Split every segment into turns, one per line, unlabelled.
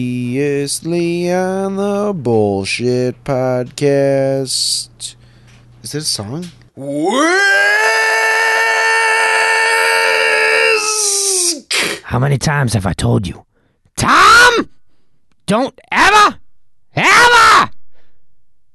Previously on the Bullshit Podcast. Is that a song?
How many times have I told you? Tom! Don't ever, ever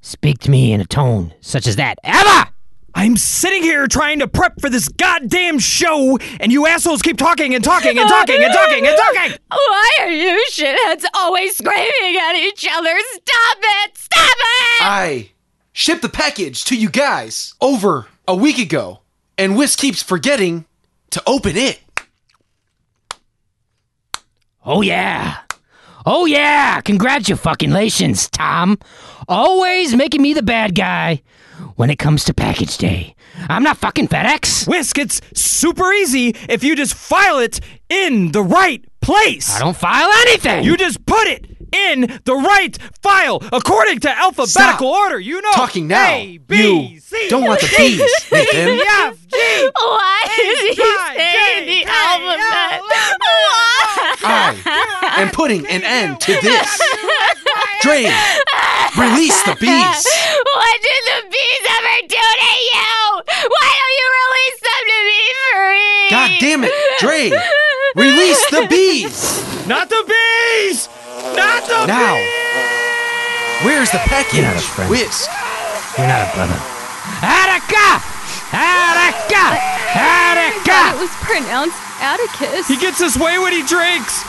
speak to me in a tone such as that. Ever!
I'm sitting here trying to prep for this goddamn show, and you assholes keep talking and talking and talking and talking and talking.
Why are you shitheads always screaming at each other? Stop it! Stop it!
I shipped the package to you guys over a week ago, and Wiss keeps forgetting to open it.
Oh, yeah. Oh, yeah. Congratulations, Tom. Always making me the bad guy when it comes to package day. I'm not fucking FedEx.
Whisk, it's super easy if you just file it in the right place.
I don't file anything.
You just put it in the right file according to alphabetical order. You know,
Talking now.
A, B,
you
C,
don't want the
D,
B's, Nathan.
E, F, G.
Why is he
Try,
saying
J,
the
K,
alphabet?
L, M,
Why?
I am putting an end to this. Drain. Release the bees.
What did the bees ever do to you? Why don't you release them to be free?
God damn it, Drain. Release the bees.
Not the bees. Not the
Now.
bees.
Where's the
out of
package?
friend.
Whisk.
You're not a brother. Attica!
Oh
Attica!
God, it
Attica!
was pronounced Atticus.
He gets his way when he drinks.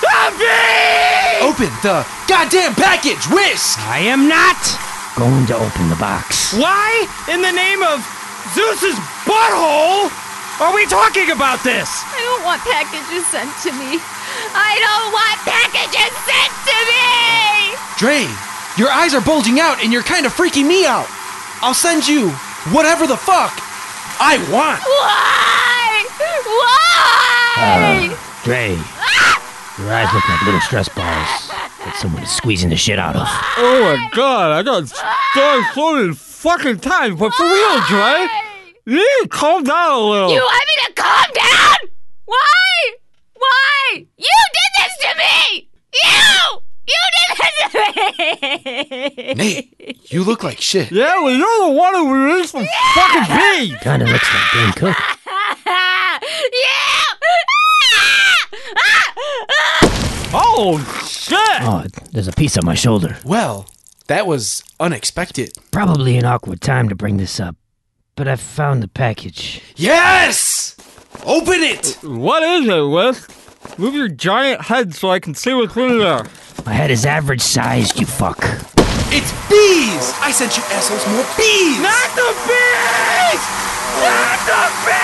The bees.
Open the goddamn package. Whisk.
I am not going to open the box.
Why, in the name of Zeus's butthole, are we talking about this?
I don't want packages sent to me. I don't want packages sent to me.
Drain. Your eyes are bulging out and you're kind of freaking me out. I'll send you whatever the fuck I want.
Why? Why?
Dre, your eyes look like little stress balls that someone is squeezing the shit out of.
Oh my god, I got stuck so many fucking times, but for real, Dre, you need to calm down a little.
You want me to calm down? Why? Why? You did this to me! You! You did this to me!
Nate, you look like shit.
yeah, well, you're the one who released the fucking bee.
Kinda looks like Dan Cook.
you!
Oh shit!
Oh, there's a piece on my shoulder.
Well, that was unexpected.
Probably an awkward time to bring this up, but I found the package.
Yes! Open it!
What is it, Wes? Move your giant head so I can see what's in there.
My head is average sized, you fuck.
It's bees! I sent you assholes more bees!
Not the bees! Not the bees!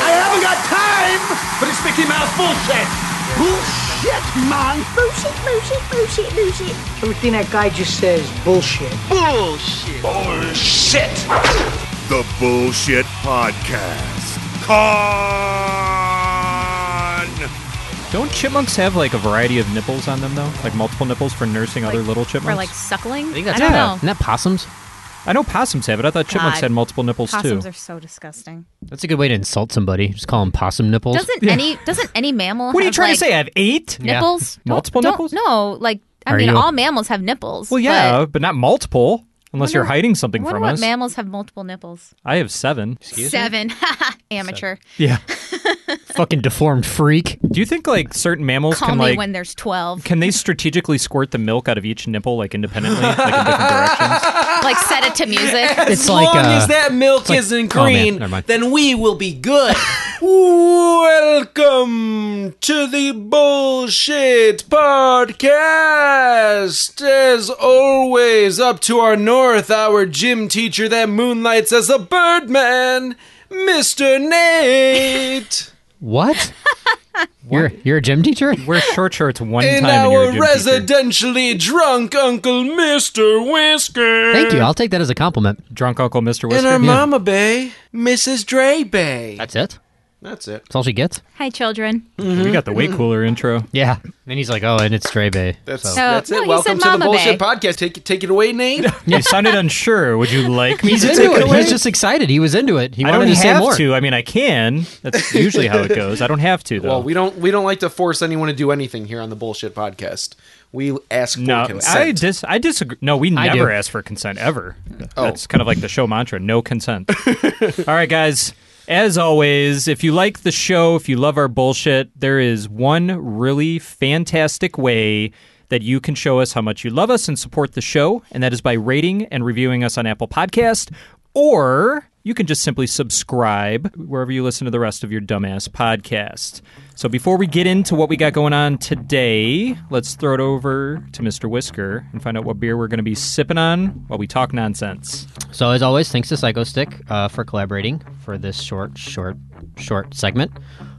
I haven't got time for this Mickey Mouse bullshit. Bullshit, man. Bullshit, bullshit, bullshit, bullshit.
Everything that guy just says, bullshit.
The Bullshit Podcast. Con!
Don't chipmunks have like a variety of nipples on them though? Like multiple nipples for nursing other little chipmunks?
For like suckling? I,
think that's-
don't
Yeah.
know.
Isn't
that possums?
I know possums have it. I thought chipmunks
God.
had multiple nipples
Possums
too.
are so disgusting.
That's a good way to insult somebody. Just call them possum nipples.
Doesn't any doesn't any mammal
what are you
have,
trying
like,
to say? I have eight?
Nipples? Don't-
Multiple
don't-
nipples?
No, like I
Are
mean
you-
all mammals have nipples.
Well, yeah, but, not multiple. Unless you're hiding
But
something
I wonder
from
what
us.
mammals have multiple nipples.
I have seven.
Seven. Amateur.
Yeah.
fucking deformed freak.
Do you think like certain mammals
Call
can
me
like
when there's twelve.
can they strategically squirt the milk out of each nipple like independently, like in different directions?
like set it to music.
It's
As long as that milk isn't
oh, man,
green,
never mind.
then we will be good. Welcome to the Bullshit Podcast. As always, up to our north, our gym teacher that moonlights as a birdman, Mr. Nate.
What? You're you're a gym teacher?
Wear short shorts one
and
time and you're
our
a gym teacher.
residentially drunk Uncle Mr. Whisker.
Thank you. I'll take that as a compliment.
Drunk Uncle Mr.
And
Whisker.
our mama bay, Mrs. Dre Bay.
That's it.
That's it. Mm-hmm.
That's all she gets.
Hi, children.
We got the way cooler intro.
Yeah. And he's like, "Oh, and it's Stray Bay."
That's,
So-
that's
Oh, No,
it.
he
Welcome
said
to the
Mama
bullshit
Bay.
podcast. Take take it away, Nate.
You sounded unsure. Would you like me
He's
to
into
take
it.
away?
He's just excited. He was into it. He
I
wanted
don't
to say
have
more.
to. I mean, I can. That's usually how it goes. I don't have to though.
Well, we don't we don't like to force anyone to do anything here on the bullshit podcast. We ask for
no, I
consent.
dis I disagree. No, we
I do.
never
Oh.
ask for consent ever. That's kind of like the show mantra: no consent. All right, guys. As always, if you like the show, if you love our bullshit, there is one really fantastic way that you can show us how much you love us and support the show, and that is by rating and reviewing us on Apple Podcast, or you can just simply subscribe wherever you listen to the rest of your dumbass podcast. So before we get into what we got going on today, let's throw it over to Mr. Whisker and find out what beer we're going to be sipping on while we talk nonsense.
So as always, thanks to Psycho Stick uh, for collaborating for this short, short, short segment.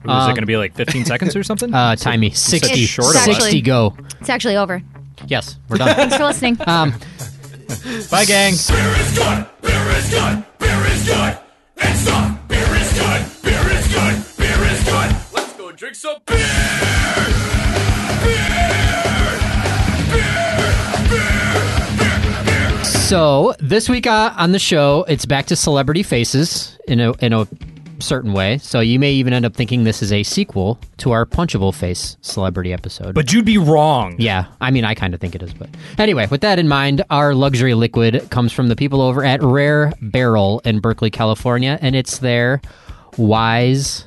Um,
Ooh, is it going to be like 15 seconds or something?
Uh, timey sixty,
short of us.
sixty, go.
It's actually over.
Yes, we're done.
Thanks for listening.
um,
Bye, gang.
Beer is good. Beer is good. Beer is good. It's not. Beer is good. Beer is good. Beer is good. Let's go drink some beer.
so this week uh, on the show, it's back to celebrity faces in a in a certain way. So you may even end up thinking this is a sequel to our punchable face celebrity episode.
But you'd be wrong.
Yeah, I mean, I kind of think it is, but anyway, with that in mind, our luxury liquid comes from the people over at Rare Barrel in Berkeley, California, and it's their Wise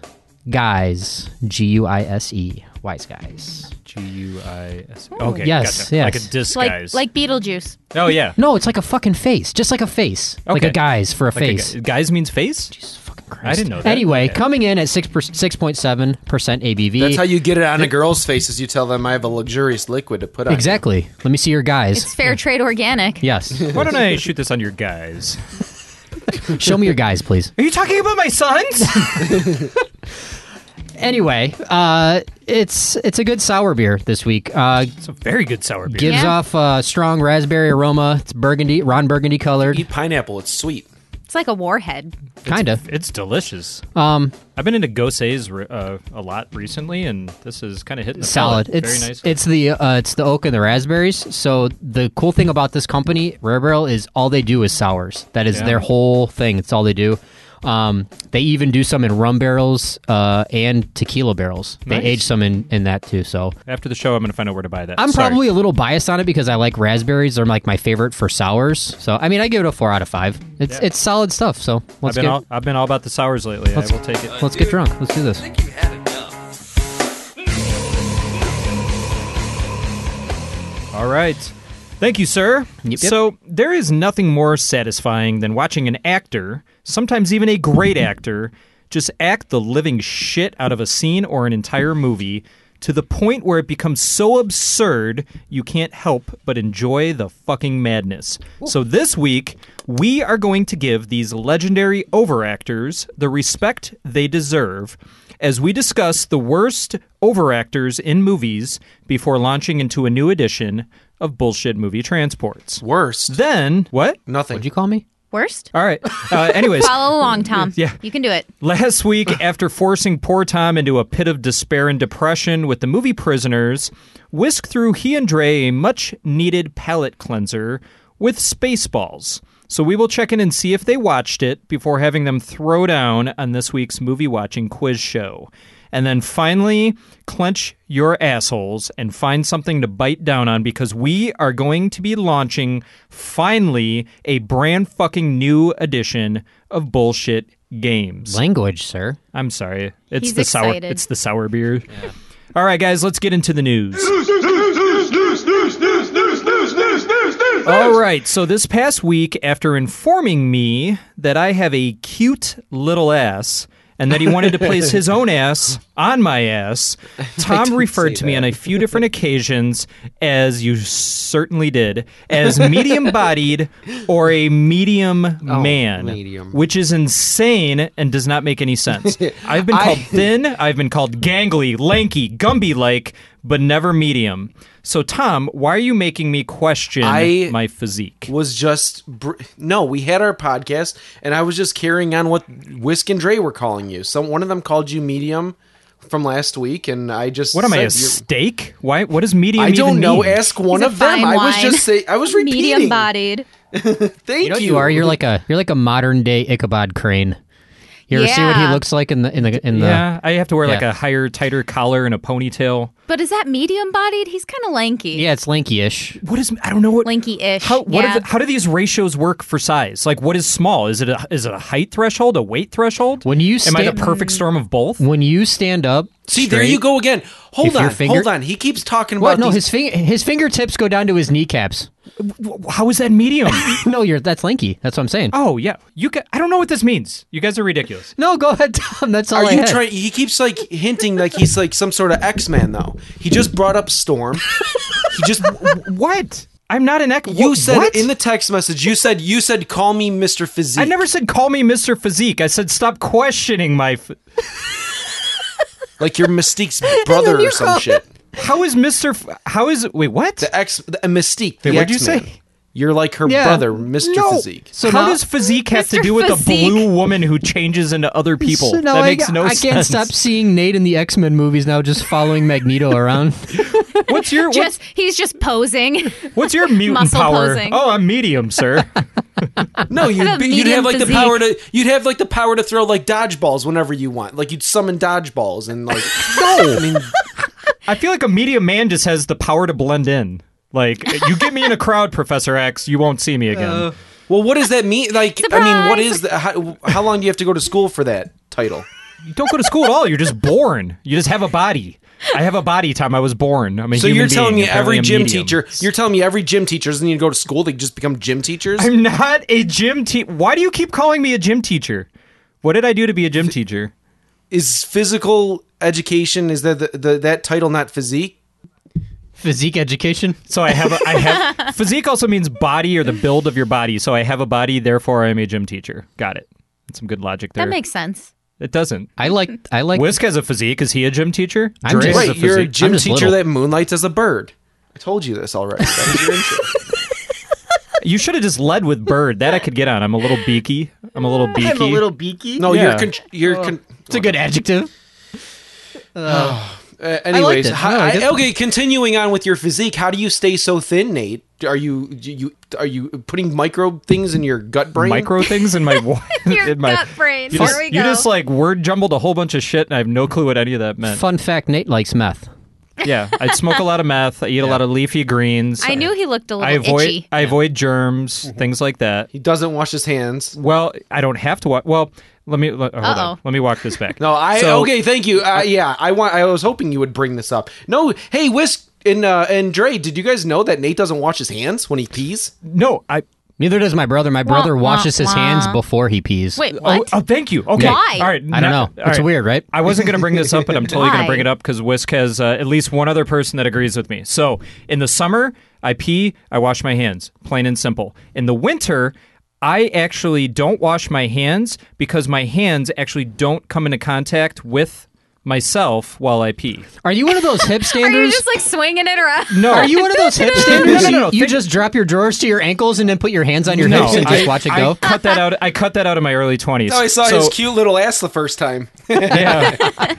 Guys, G U I S E, Wise Guys.
G U I S. E. Okay.
Yes,
gotcha. Like a
yes.
disguise.
Oh, Like, like Beetlejuice.
oh yeah.
No, it's like a fucking face, just like a face, like
Okay.
a guys for a
Like a
face.
gu- guys means face.
Fucking
I
Christ.
didn't know that.
Anyway,
Okay.
coming in at six six point seven percent ABV.
That's how you get it on a girl's face is you tell them I have a luxurious liquid to put on. you."
exactly. Let me see your guys.
It's fair trade organic.
yes,
Why don't I shoot this on your guys?
show me your guys, please.
Are you talking about my sons?
Anyway, uh, it's it's a good sour beer this week. Uh,
it's a very good sour beer.
Gives
Yeah.
off uh, strong raspberry aroma. It's burgundy, Ron Burgundy colored,
Eat pineapple. It's sweet.
It's like a warhead.
kind of.
It's delicious.
Um,
I've been into Gose's re- uh, a lot recently, and this is kind of hitting the
solid.
palate.
It's
very nice.
it's the uh, it's the oak and the raspberries. So the cool thing about this company, Rare Barrel, is all they do is sours. That is
Yeah.
their whole thing. It's all they do. Um, they even do some in rum barrels uh, and tequila barrels. They
Nice.
age some in, in that too. So
After the show, I'm gonna find out where to buy that.
I'm
Sorry.
probably a little biased on it because I like raspberries. They're like my favorite for sours. So I mean, I give it a four out of five. It's
Yeah.
it's solid stuff. So
I've
let's
been,
get
all, I've been all about the sours lately. I
Let's-
will take it.
let's get drunk. Let's do this.
All right. Thank you, sir.
Yep, yep.
So, there is nothing more satisfying than watching an actor, sometimes even a great actor, just act the living shit out of a scene or an entire movie to the point where it becomes so absurd you can't help but enjoy the fucking madness. So, this week, we are going to give these legendary overactors the respect they deserve as we discuss the worst overactors in movies before launching into a new edition of Bullshit Movie Transports.
Worst.
Then, what?
Nothing.
What'd you call me?
Worst?
All right. Uh, anyways,
Follow along, Tom.
Yeah.
You can do it.
Last week, after forcing poor Tom into a pit of despair and depression with the movie Prisoners, Whisk threw he and Dre a much needed palate cleanser with Spaceballs. So we will check in and see if they watched it before having them throw down on this week's movie watching quiz show. And then finally, clench your assholes and find something to bite down on because we are going to be launching finally a brand fucking new edition of Bullshit Games.
Language, sir.
I'm sorry. It's
He's
the sour
excited.
it's the sour beer. All right guys, let's get into the news. All right, so this past week, after informing me that I have a cute little ass and that he wanted to place his own ass on my ass, Tom referred to me on a few different occasions as you certainly did as medium bodied or a medium man,
medium.
which is insane and does not make any sense. I've been called thin, I've been called gangly, lanky, Gumby like. but never medium. So, Tom, why are you making me question
I
my physique?
Was just br- no. We had our podcast, and I was just carrying on what Whisk and Dre were calling you. Some one of them called you medium from last week, and I just
What am I,
said
a
you're-
steak? Why? What does medium?
I don't
even
know.
mean?
Ask one
He's a
of them.
fine
I was
wine.
just say I was repeating.
Medium bodied.
Thank
You know what you are. You're like a you're like a modern day Ichabod Crane. You ever see what he
Yeah.
looks like in the in the in the?
Yeah, I have to wear like
Yeah.
a higher, tighter collar and a ponytail.
But is that medium bodied? He's kind of lanky.
Yeah, it's lanky-ish.
What is? I don't know what
Lanky-ish.
How, what
yeah.
are the, how do these ratios work for size? Like, what is small? Is it a, is it a height threshold, a weight threshold?
When you
am I the
stand-
perfect storm of both?
When you stand up,
See, there you go again. Hold
If your
on,
finger-
hold on. He keeps talking about
What? No,
these-
his finger his fingertips go down to his kneecaps.
How is that medium?
no, you're that's lanky. That's what I'm saying.
Oh yeah, you. Ca- I don't know what this means. You guys are ridiculous.
No, go ahead, Tom. That's all
Are
I
you
had.
trying? He keeps like hinting like he's like some sort of X Man though. He just brought up Storm. he just
what? I'm not an X.
You
wh-
said
what?
in the text message. You said you said call me Mister Physique.
I never said call me Mr. Physique. I said stop questioning my. F-
like you're Mystique's brother or some shit.
How is Mr. F- how is wait what?
The X the, uh, Mystique.
Wait,
the
what'd you
X-Man.
say?
You're like her
Yeah.
brother, Mister
No.
Physique.
So how does physique have to
Mr.
do with
Physique.
a blue woman who changes into other people?
So now
that
I,
makes no
I
sense.
can't stop seeing Nate in the X Men movies now, just following Magneto around.
What's your
Just he's just posing.
what's your mutant
muscle
power?
posing.
Oh, I'm medium, sir.
No, you'd,
have
be, you'd
medium
have like the
physique.
power to you'd have like the power to throw like dodgeballs whenever you want. Like you'd summon dodgeballs and like
no. I feel like a medium man just has the power to blend in. Like you get me in a crowd, Professor X, you won't see me again.
Uh.
Well, what does that mean? Like, I mean, what is the, how, how long do you have to go to school for that title?
you don't go to school at all. You're just born. You just have a body. I have a body. Time I was born. I'm a
So
human
you're telling
being.
me every
Apparently I'm
gym
medium.
teacher, you're telling me every gym teacher doesn't need to go to school; they just become gym teachers.
I'm not a gym teacher. Why do you keep calling me a gym teacher? What did I do to be a gym teacher?
is physical education is that the, the that title not physique?
Physique education.
So I have a, I have physique also means body or the build of your body. So I have a body, therefore I am a gym teacher. Got it. That's some good logic there.
That makes sense.
it doesn't.
I like I like
Whisk has a physique. Is he a gym teacher?
I'm
Dre
just-
has
Right, you're a
physique.
gym
I'm just
teacher
little.
that moonlights as a bird. I told you this already. That was your intro.
You should have just led with bird. That I could get on. I'm a little beaky. I'm a little beaky.
beaky.
No,
Yeah.
you're con- you're con-
It's a good adjective.
uh, anyways.
it.
how-
No, I
I-
guess-
okay, continuing on with your physique, how do you stay so thin, Nate? Are you you are you putting micro things in your gut brain?
micro things in my
Your
in my
gut brain.
You
There
just,
we go.
you just like word jumbled a whole bunch of shit, and I have no clue what any of that meant.
Fun fact: Nate likes meth.
Yeah, I smoke a lot of meth. I eat a lot of leafy greens.
I knew he looked a little
I avoid
itchy.
I avoid germs, things like that.
Mm-hmm. He doesn't wash his hands.
Well, I don't have to walk. Well, let me let, hold
Uh-oh.
on. Let me walk this back.
No, I
So-
okay. Thank you. Uh, yeah, I want. I was hoping you would bring this up. No, hey, Whisk and uh, and Dre, did you guys know that Nate doesn't wash his hands when he pees?
no, I.
Neither does my brother. My brother
wah,
washes his
wah.
hands before he pees.
Wait,
Oh,
what?
oh, thank you. Okay.
Why?
All right.
I don't know. It's weird, right?
I wasn't going to bring this up, but I'm totally going to
Why?
bring it up because Whisk has uh, at least one other person that agrees with me. So in the summer, I pee, I wash my hands, plain and simple. In the winter, I actually don't wash my hands because my hands actually don't come into contact with myself while I pee.
Are you one of those hip
Are you
standers?
just like swinging it around?
No.
Are you one of those hip
No,
standers?
no, no, no.
You, you
Think-
just drop your drawers to your ankles and then put your hands on your
No,
hips and just
I-
watch it
I
go.
cut that out. I cut that out in my early twenties.
No, I saw
so,
his cute little ass the first time.
Yeah.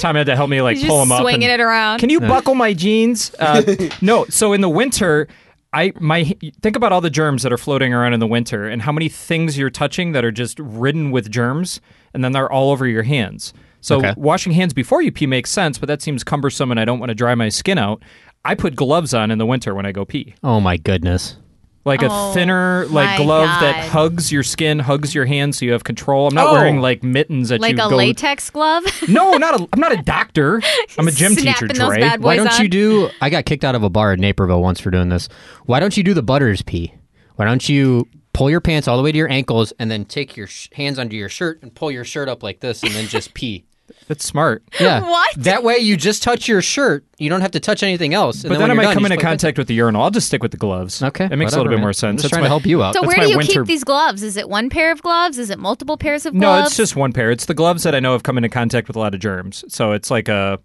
Tom had to help me like
He's
pull
just
him up.
swinging
and-
it around.
Can you buckle my jeans? Uh, no. So in the winter, I my think about all the germs that are floating around in the winter and how many things you're touching that are just ridden with germs, and then they're all over your hands. So
Okay.
washing hands before you pee makes sense, but that seems cumbersome, and I don't want to dry my skin out. I put gloves on in the winter when I go pee
Oh my goodness.
like a
Oh,
thinner
my
like glove that
God.
hugs your skin, hugs your hands, so you have control. I'm not
Oh.
wearing like mittens that
like
you
a
go.
latex glove?
No, not a, I'm not a doctor. I'm a gym teacher,
Snapping those
Dre.
bad
Why
boys
don't
on.
you do? I got kicked out of a bar in Naperville once for doing this. Why don't you do the butters pee? Why don't you pull your pants all the way to your ankles and then take your sh- hands under your shirt and pull your shirt up like this and then just pee?
That's smart.
Yeah.
What?
That way you just touch your shirt. You don't have to touch anything else. and
But then, I
when
might
you're done,
come
you
into
just put it
contact with the urinal. I'll just stick with the gloves.
back- Okay.
It makes a
whatever,
little bit
man.
more
I'm just
sense. That's
trying
my,
to help you out.
So
That's
where
my
do you
winter-
keep these gloves? Is it one pair of gloves? Is it multiple pairs of gloves?
No, it's just one pair. It's the gloves that I know have come into contact with a lot of germs. So it's like a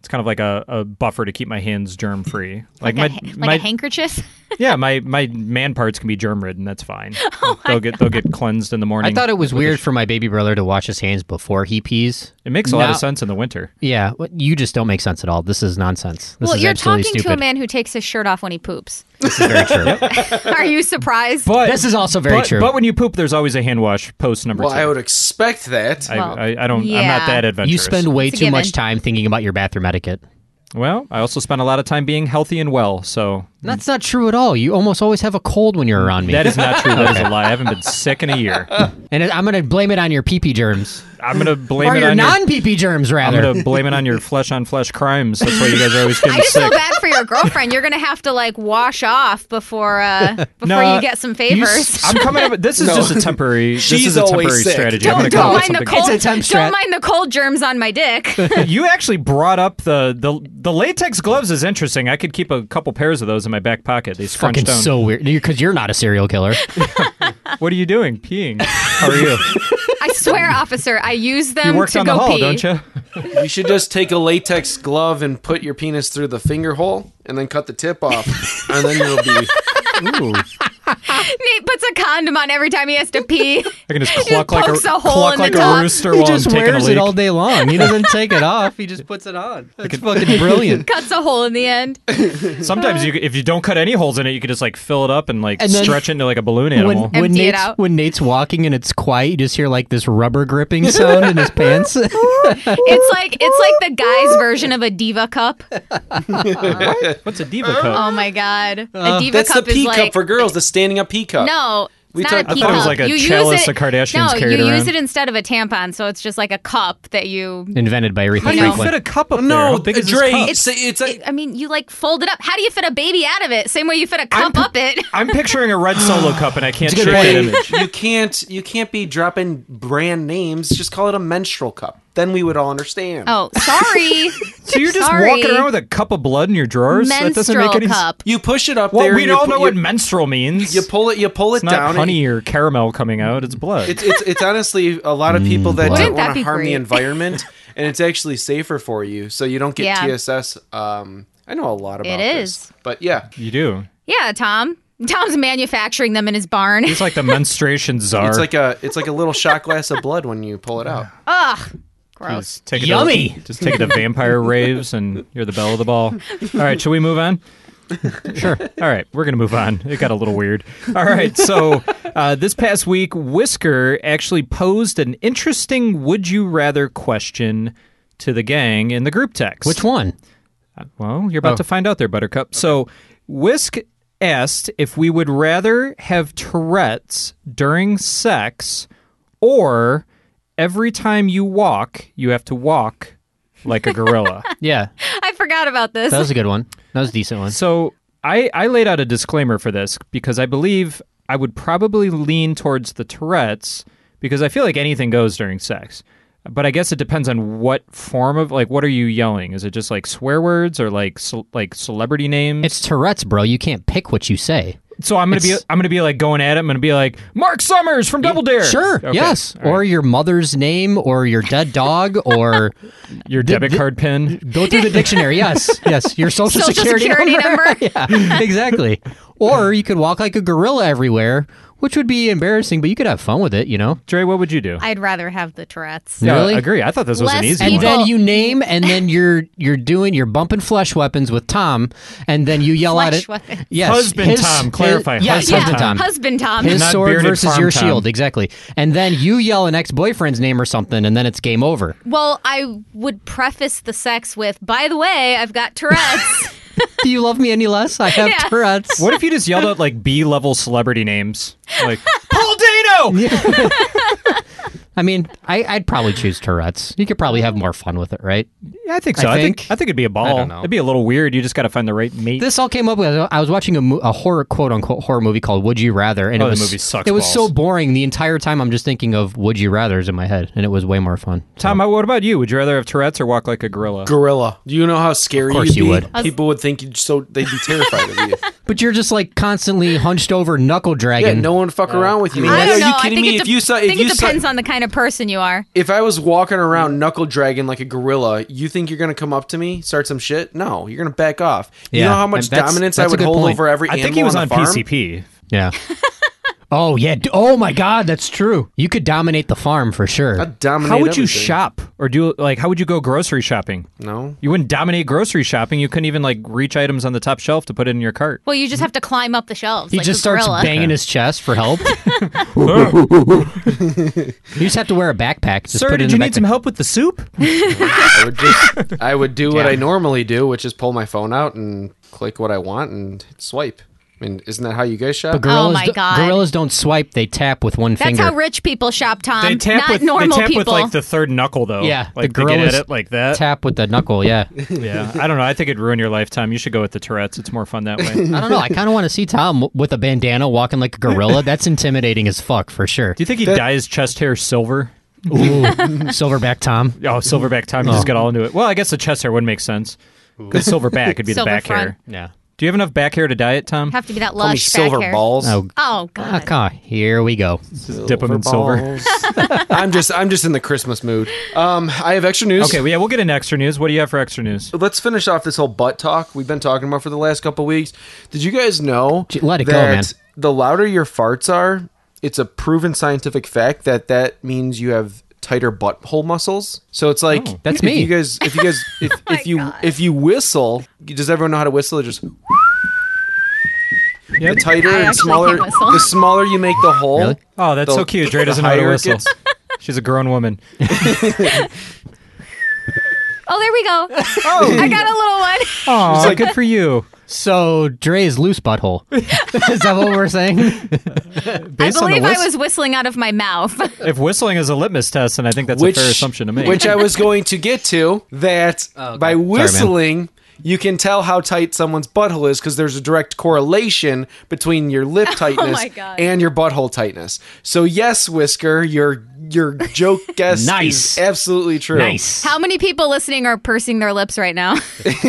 It's kind of like a, a buffer to keep my hands germ free.
like,
Like, my,
a, ha- like
my
a handkerchief.
yeah, my my man parts can be germ ridden. That's fine.
Oh
they'll get they'll get cleansed in the morning.
I thought it was weird for my baby brother to wash his hands before he pees.
It makes a lot of sense in the winter.
Yeah, what- you just don't make sense at all. This is nonsense. This
well,
is
you're
absolutely
talking to a
stupid.
man who takes his shirt off when he poops.
This is very true.
Are you surprised?
But
This is also very
but-
true.
But when you poop, there's always a hand wash post number
Well,
two.
I would expect that.
I,
Well,
I, I don't. I'm
yeah.
not that adventurous.
you spend way
It's a
too much
given.
time thinking about your bathroom etiquette.
Well, I also spend a lot of time being healthy and well. So
That's not true at all. You almost always have a cold when you're around me.
that is not true. That is a lie. I haven't been sick in a year.
and I'm going to blame it on your pee pee germs.
I'm gonna blame
Or
it
your
on
non pee pee germs,
I'm
rather.
gonna blame it on your flesh on flesh crimes. That's why you guys are always
I
getting
just feel
sick.
bad for your girlfriend. You're gonna have to like wash off before uh, before
No,
you get some
You
favors.
s- I'm coming up. with- This is just a temporary. this
She's
is a
always
temporary
sick.
strategy. I'm
don't
gonna come
don't
up with
mind the
something.
cold.
It's a temp strat.
don't mind the cold germs on my dick.
you actually brought up the, the the latex gloves is interesting. I could keep a couple pairs of those in my back pocket. They scrunch
Fucking
down.
so weird. Because you're not a serial killer.
what are you doing? Peeing? How are you?
I swear, officer, I use them
you worked
to
on
go
the hall,
pee.
don't you?
You should just take a latex glove and put your penis through the finger hole and then cut the tip off. And then you'll be.
Nate puts a condom on every time he has to pee.
I can just
He
cluck like a,
pokes a hole
cluck
in the
like a
top.
rooster while I'm taking a leak.
day long. He doesn't take it off. He just puts it on. It's fucking brilliant.
Cuts a hole in the end.
Sometimes you, if you don't cut any holes in it, you could just like fill it up and like
And then-
stretch it into like a balloon
When,
animal.
when,
Empty it
Nate's,
out.
when Nate's walking and it's quiet, you just hear like this rubber gripping sound in his pants.
It's like it's like the guy's version of a diva cup.
What's a diva cup? Uh,
Oh my god, a diva
That's the
cup is
pee cup
like
for girls, the standing up pee cup.
no. It's
We
not
talked-
a
I
pee
thought it was
cup.
like a
you use
chalice
it-
the Kardashians
No,
carried
you use
around.
it instead of a tampon, so it's just like a cup that you.
Invented by Aretha
How do you
Franklin.
fit a cup up there?
No,
How big is this
Dre,
cup?
it's, it's a,
I mean, you like fold it up. How do you fit a baby out of it? Same way you fit a cup up it.
I'm picturing a red solo cup, and I can't shake that
Dre,
image.
you can't you can't be dropping brand names. Just call it a menstrual cup. Then we would all understand.
Oh, sorry.
So you're just
Sorry.
walking around with a cup of blood in your drawers? that doesn't
menstrual
make any sense.
cup.
You push it up
Well,
there.
we
and you
all
pu-
know
you,
what menstrual means.
you pull it. You pull it
it's
down.
not
and
honey or caramel coming out. It's blood.
It's, it's it's honestly a lot of
Mm,
people that
Wouldn't
don't
that
want to
be
harm the
great?
environment, and it's actually safer for you, so you don't get
Yeah.
TSS. Um, I know a lot about
It
this,
is.
but yeah,
you do.
Yeah, Tom. Tom's manufacturing them in his barn.
He's like the menstruation czar.
it's like a it's like a little shot glass of blood when you pull it out.
Ugh, gross.
Just take it
Yummy!
To, just take it to vampire raves, and you're the belle of the ball. All right, should we move on? Sure. All right, we're gonna move on. It got a little weird. All right, so uh, this past week, Whisker actually posed an interesting "Would you rather" question to the gang in the group text. Uh,
Which one?
Well, you're about to find out there, Buttercup. So, Whisk asked if we would rather have Tourette's during sex or every time you walk, you have to walk like a gorilla.
Yeah,
I forgot about this.
that was a good one. That was a decent one.
so, I, I laid out a disclaimer for this because I believe I would probably lean towards the Tourette's because I feel like anything goes during sex. But I guess it depends on what form of like what are you yelling? Is it just like swear words or like ce- like celebrity names?
It's Tourette's, bro. You can't pick what you say.
So I'm gonna
It's-
be I'm gonna be like going at it. I'm gonna be like Mark Summers from Double Dare.
Sure.
Okay.
Yes.
All right.
Or your mother's name, or your dead dog, or
your debit card pin.
go through the dictionary. Yes. Yes. Your social,
Social Security number.
yeah. Exactly. Or you could walk like a gorilla everywhere, which would be embarrassing, but you could have fun with it. You know.
Dre, what would you do?
I'd rather have the Tourette's.
Yeah,
really?
agree. I thought this was an
Less
easy
And
people-
one.
then you name, and then you're you're doing you're bumping flesh weapons with Tom, and then you yell at
Flesh
it.
weapons.
Yes,
Husband Tom, clarify,
yes,
husband
husband Tom.
Husband Tom.
His
Not
sword
bearded
versus
farm
your
Tom.
shield, exactly. And then you yell an ex-boyfriend's name or something, and then it's game over.
well, I would preface the sex with, by the way, I've got Tourette's.
Do you love me any less? I have
Yeah.
Tourette's.
What if you just yelled out like B level celebrity names? Like Paul Dano!
I mean, I, I'd probably choose Tourette's. You could probably have more fun with it, right?
Yeah, I think so.
I
I think,
think-
I think it'd be a ball.
I don't know.
Oh, It'd be a little weird. You just gotta find the right mate.
This all came up with I was watching a, mo- a horror quote unquote horror movie called Would You Rather, and
Oh,
it
that
was
movie sucks
it was so
balls.
boring the entire time. I'm just thinking of Would You Rather's in my head, and it was way more fun.
Tom, what about you? Would you rather have Tourette's or walk like a gorilla?
Gorilla. Do you know how scary? Of
course you would.
People would think you'd so they'd be terrified of you.
But you're just like constantly hunched over, knuckle
Yeah,
dragging.
no one would fuck around with you.
I
Like,
don't
are
know.
you
Oh, I
kidding
think
me?
it,
if you saw, if
think
you
it
saw,
depends on the kind of of person you are.
If I was walking around knuckle dragging like a gorilla, you think you're gonna come up to me, start some shit? No, you're gonna back off. You
Yeah,
know how much
and that's-
dominance
that's
I
a
would
good
hold
point.
over every
I
animal
think he was
on, the
on
farm?
PCP. Yeah. oh yeah. d- Oh my God, that's true. You could dominate the farm for sure.
dominate
How would you
everything.
shop or do like how would you go grocery shopping?
No.
You wouldn't dominate grocery shopping. You couldn't even like reach items on the top shelf to put in your cart.
Well,
Mm.
you just have to climb up the shelves.
He
like
just
a
starts
gorilla.
banging his
chest for help. you just have to wear a backpack. Just
Sir,
put it
did
in
you
the
need some help with the soup?
I would just I would do what I normally do, which is pull my phone out and click what I want and swipe. I mean, isn't that how you guys shop?
But gorillas,
Oh my
d-
God.
gorillas don't swipe; they tap with one
That's
finger.
how rich people shop, Tom.
they tap
Not
with
normal
they tap
people.
with like the third knuckle though.
yeah,
like
the
they get
gorillas
at it like that.
Tap with the knuckle. Yeah,
yeah, I don't know. I think it'd ruin your lifetime. You should go with the Tourette's. It's more fun that way.
I don't know. I kind of want to see Tom w- with a bandana walking like a gorilla. That's intimidating as fuck for sure.
Do you think he dyes chest hair silver?
Ooh, silverback Tom.
Oh, silverback Tom. You
Oh.
just got all into it. Well, I guess the chest hair wouldn't make sense. The silverback would be the
Silver
back
front.
hair. Yeah. Do you have enough back hair to dye it, Tom?
have to be that lush back hair.
Oh,
Oh god.
God. Here we go.
dip 'em in silver.
I'm just I'm just in the Christmas mood. Um, I have extra news.
Okay, well, yeah, we'll get an extra news. What do you have for extra news?
Let's finish off this whole butt talk we've been talking about for the last couple weeks. Did you guys know
let it go,
that
man.
the louder your farts are, it's a proven scientific fact that that means you have tighter butthole muscles. So it's like
Oh, that's
if
me.
You guys, if you guys, if, if you if you whistle, does everyone know how to whistle? It just the tighter
I
and
actually
smaller,
can't whistle.
the smaller you make the hole.
Oh, that's
the-
so cute. Dre
the
doesn't know how to
higher it
whistle.
gets.
She's a grown woman.
Oh, there we go. Oh, I got a little one.
Oh, good for you.
So Dre's loose butthole. Is that what we're saying?
I
Based on the
believe I
whist-
was whistling out of my mouth.
If whistling is a litmus test, then I think that's a fair assumption to make.
Which I was going to get to that
Oh,
by whistling, you can tell how tight someone's butthole is because there's a direct correlation between your lip
Oh
tightness
my God.
and your butthole tightness. So yes, Whisker, your your joke guess
Nice.
is absolutely true.
Nice.
How many people listening are pursing their lips right now?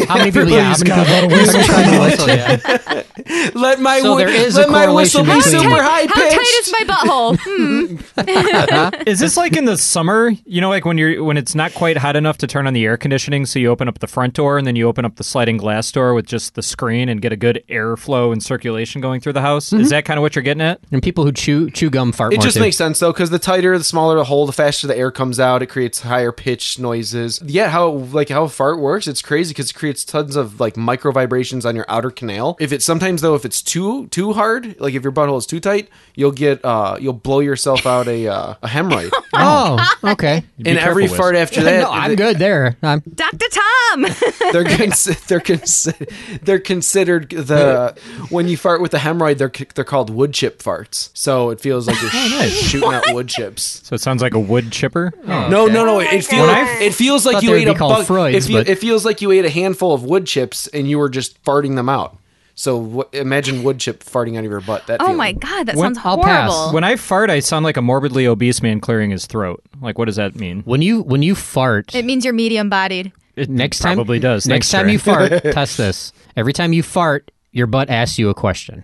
How many people? Yeah, how
Everybody's
many
got
people-
Let my
So
whi-
there is a
let my whistle be
correlation
super
between-
high
How tight
pitched.
is my butthole? Hmm.
Uh-huh.
is this like in the summer? You know, like when you're when it's not quite hot enough to turn on the air conditioning, so you open up the front door and then you open up the sliding glass door with just the screen and get a good airflow and circulation going through the house. Is that kind of what you're getting at?
Mm-hmm. And people who chew chew gum fart.
It
more
just
too.
makes sense though, because the tighter, the smaller the hole, the faster the air comes out. It creates higher pitch noises. Yeah, how like how a fart works, it's crazy because it creates tons of like micro vibrations on your outer canal. If it's sometimes though, if it's too too hard, like if your butthole is too tight, you'll get uh you'll blow yourself out a uh, a hemorrhoid.
Oh, okay.
And every fart after that,
no, I'm good there. I'm
Dr. Tom.
they're cons- they're cons- they're considered the when you fart with a hemorrhoid, they're c- they're called wood chip farts. So it feels like you're
Oh,
shooting out wood chips.
So it sounds like a wood chipper.
Oh,
Oh,
No, no, no! It, feels
When I-
it feels like
Thought
you
they would
ate
be
a bug.
called Freuds,
it, fe-
but-
it feels like you ate a handful of wood chips and you were just farting them out. So wh- imagine wood chip farting out of your butt. That
Oh
feeling.
my god, that
When-
sounds horrible.
When I fart, I sound like a morbidly obese man clearing his throat. Like, what does that mean?
When you when you fart,
It means you're medium bodied.
it
next time
probably does.
Next
Thanks,
time
Dre.
you fart, test this. Every time you fart, your butt asks you a question.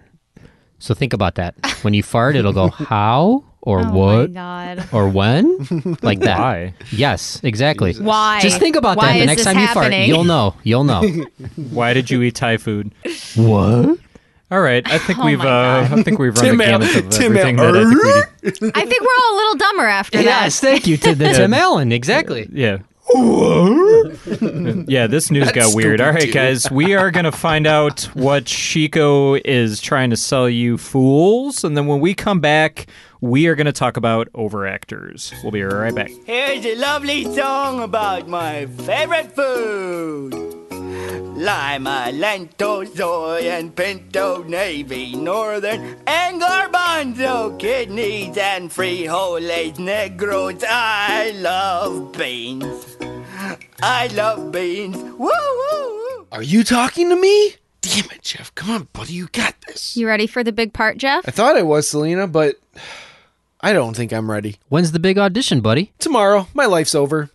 So think about that. When you fart, it'll go how
Oh
or what
God.
or when, like that.
Why?
Yes, exactly.
Why?
Just think about
Why
that. The
is
next
this
time
happening?
you fart, you'll know. You'll know.
Why did you eat Thai food?
What?
All right, I think
Oh
we've
my
uh, I think we've run
Tim
the
Allen-
gamut of
Tim
everything
Allen.
that I think we did.
I think we're all a little dumber after
yes,
that.
thank you to the
Yeah.
Tim Allen. Exactly.
Yeah. yeah, this news
That's
got weird. All right,
stupid, dude.
guys, we are going to find out what Chico is trying to sell you fools. And then when we come back, we are going to talk about overactors. We'll be right back.
Here's a lovely song about my favorite food. Lima, lentil, soy, and pinto, navy, northern, and garbanzo, kidneys, and frijoles, negros. I love beans. I love beans. Woo, woo, woo.
Are you talking to me? Damn it, Jeff! Come on, buddy, you got this.
You ready for the big part, Jeff?
I thought I was Selena, but I don't think I'm ready.
When's the big audition, buddy?
Tomorrow. My life's over.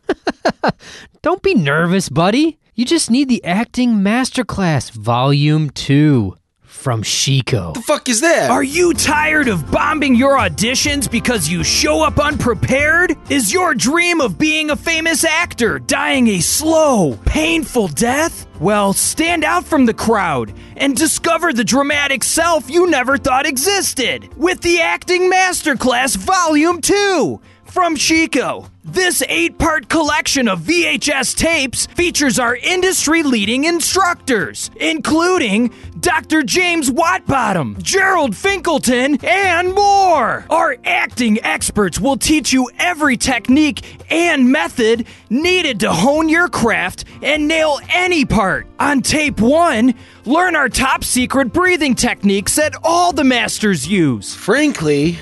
Don't be nervous, buddy. You just need the acting masterclass, volume two. from Chico.
The fuck is that?
Are you tired of bombing your auditions because you show up unprepared? Is your dream of being a famous actor dying a slow, painful death? Well, stand out from the crowd and discover the dramatic self you never thought existed with the Acting Masterclass Volume 2 from Chico. This eight part collection of VHS tapes features our industry leading instructors, including Dr. James Wattbottom, Gerald Finkelton, and more. Our acting experts will teach you every technique and method needed to hone your craft and nail any part. On tape one, learn our top secret breathing techniques that all the masters use.
Frankly,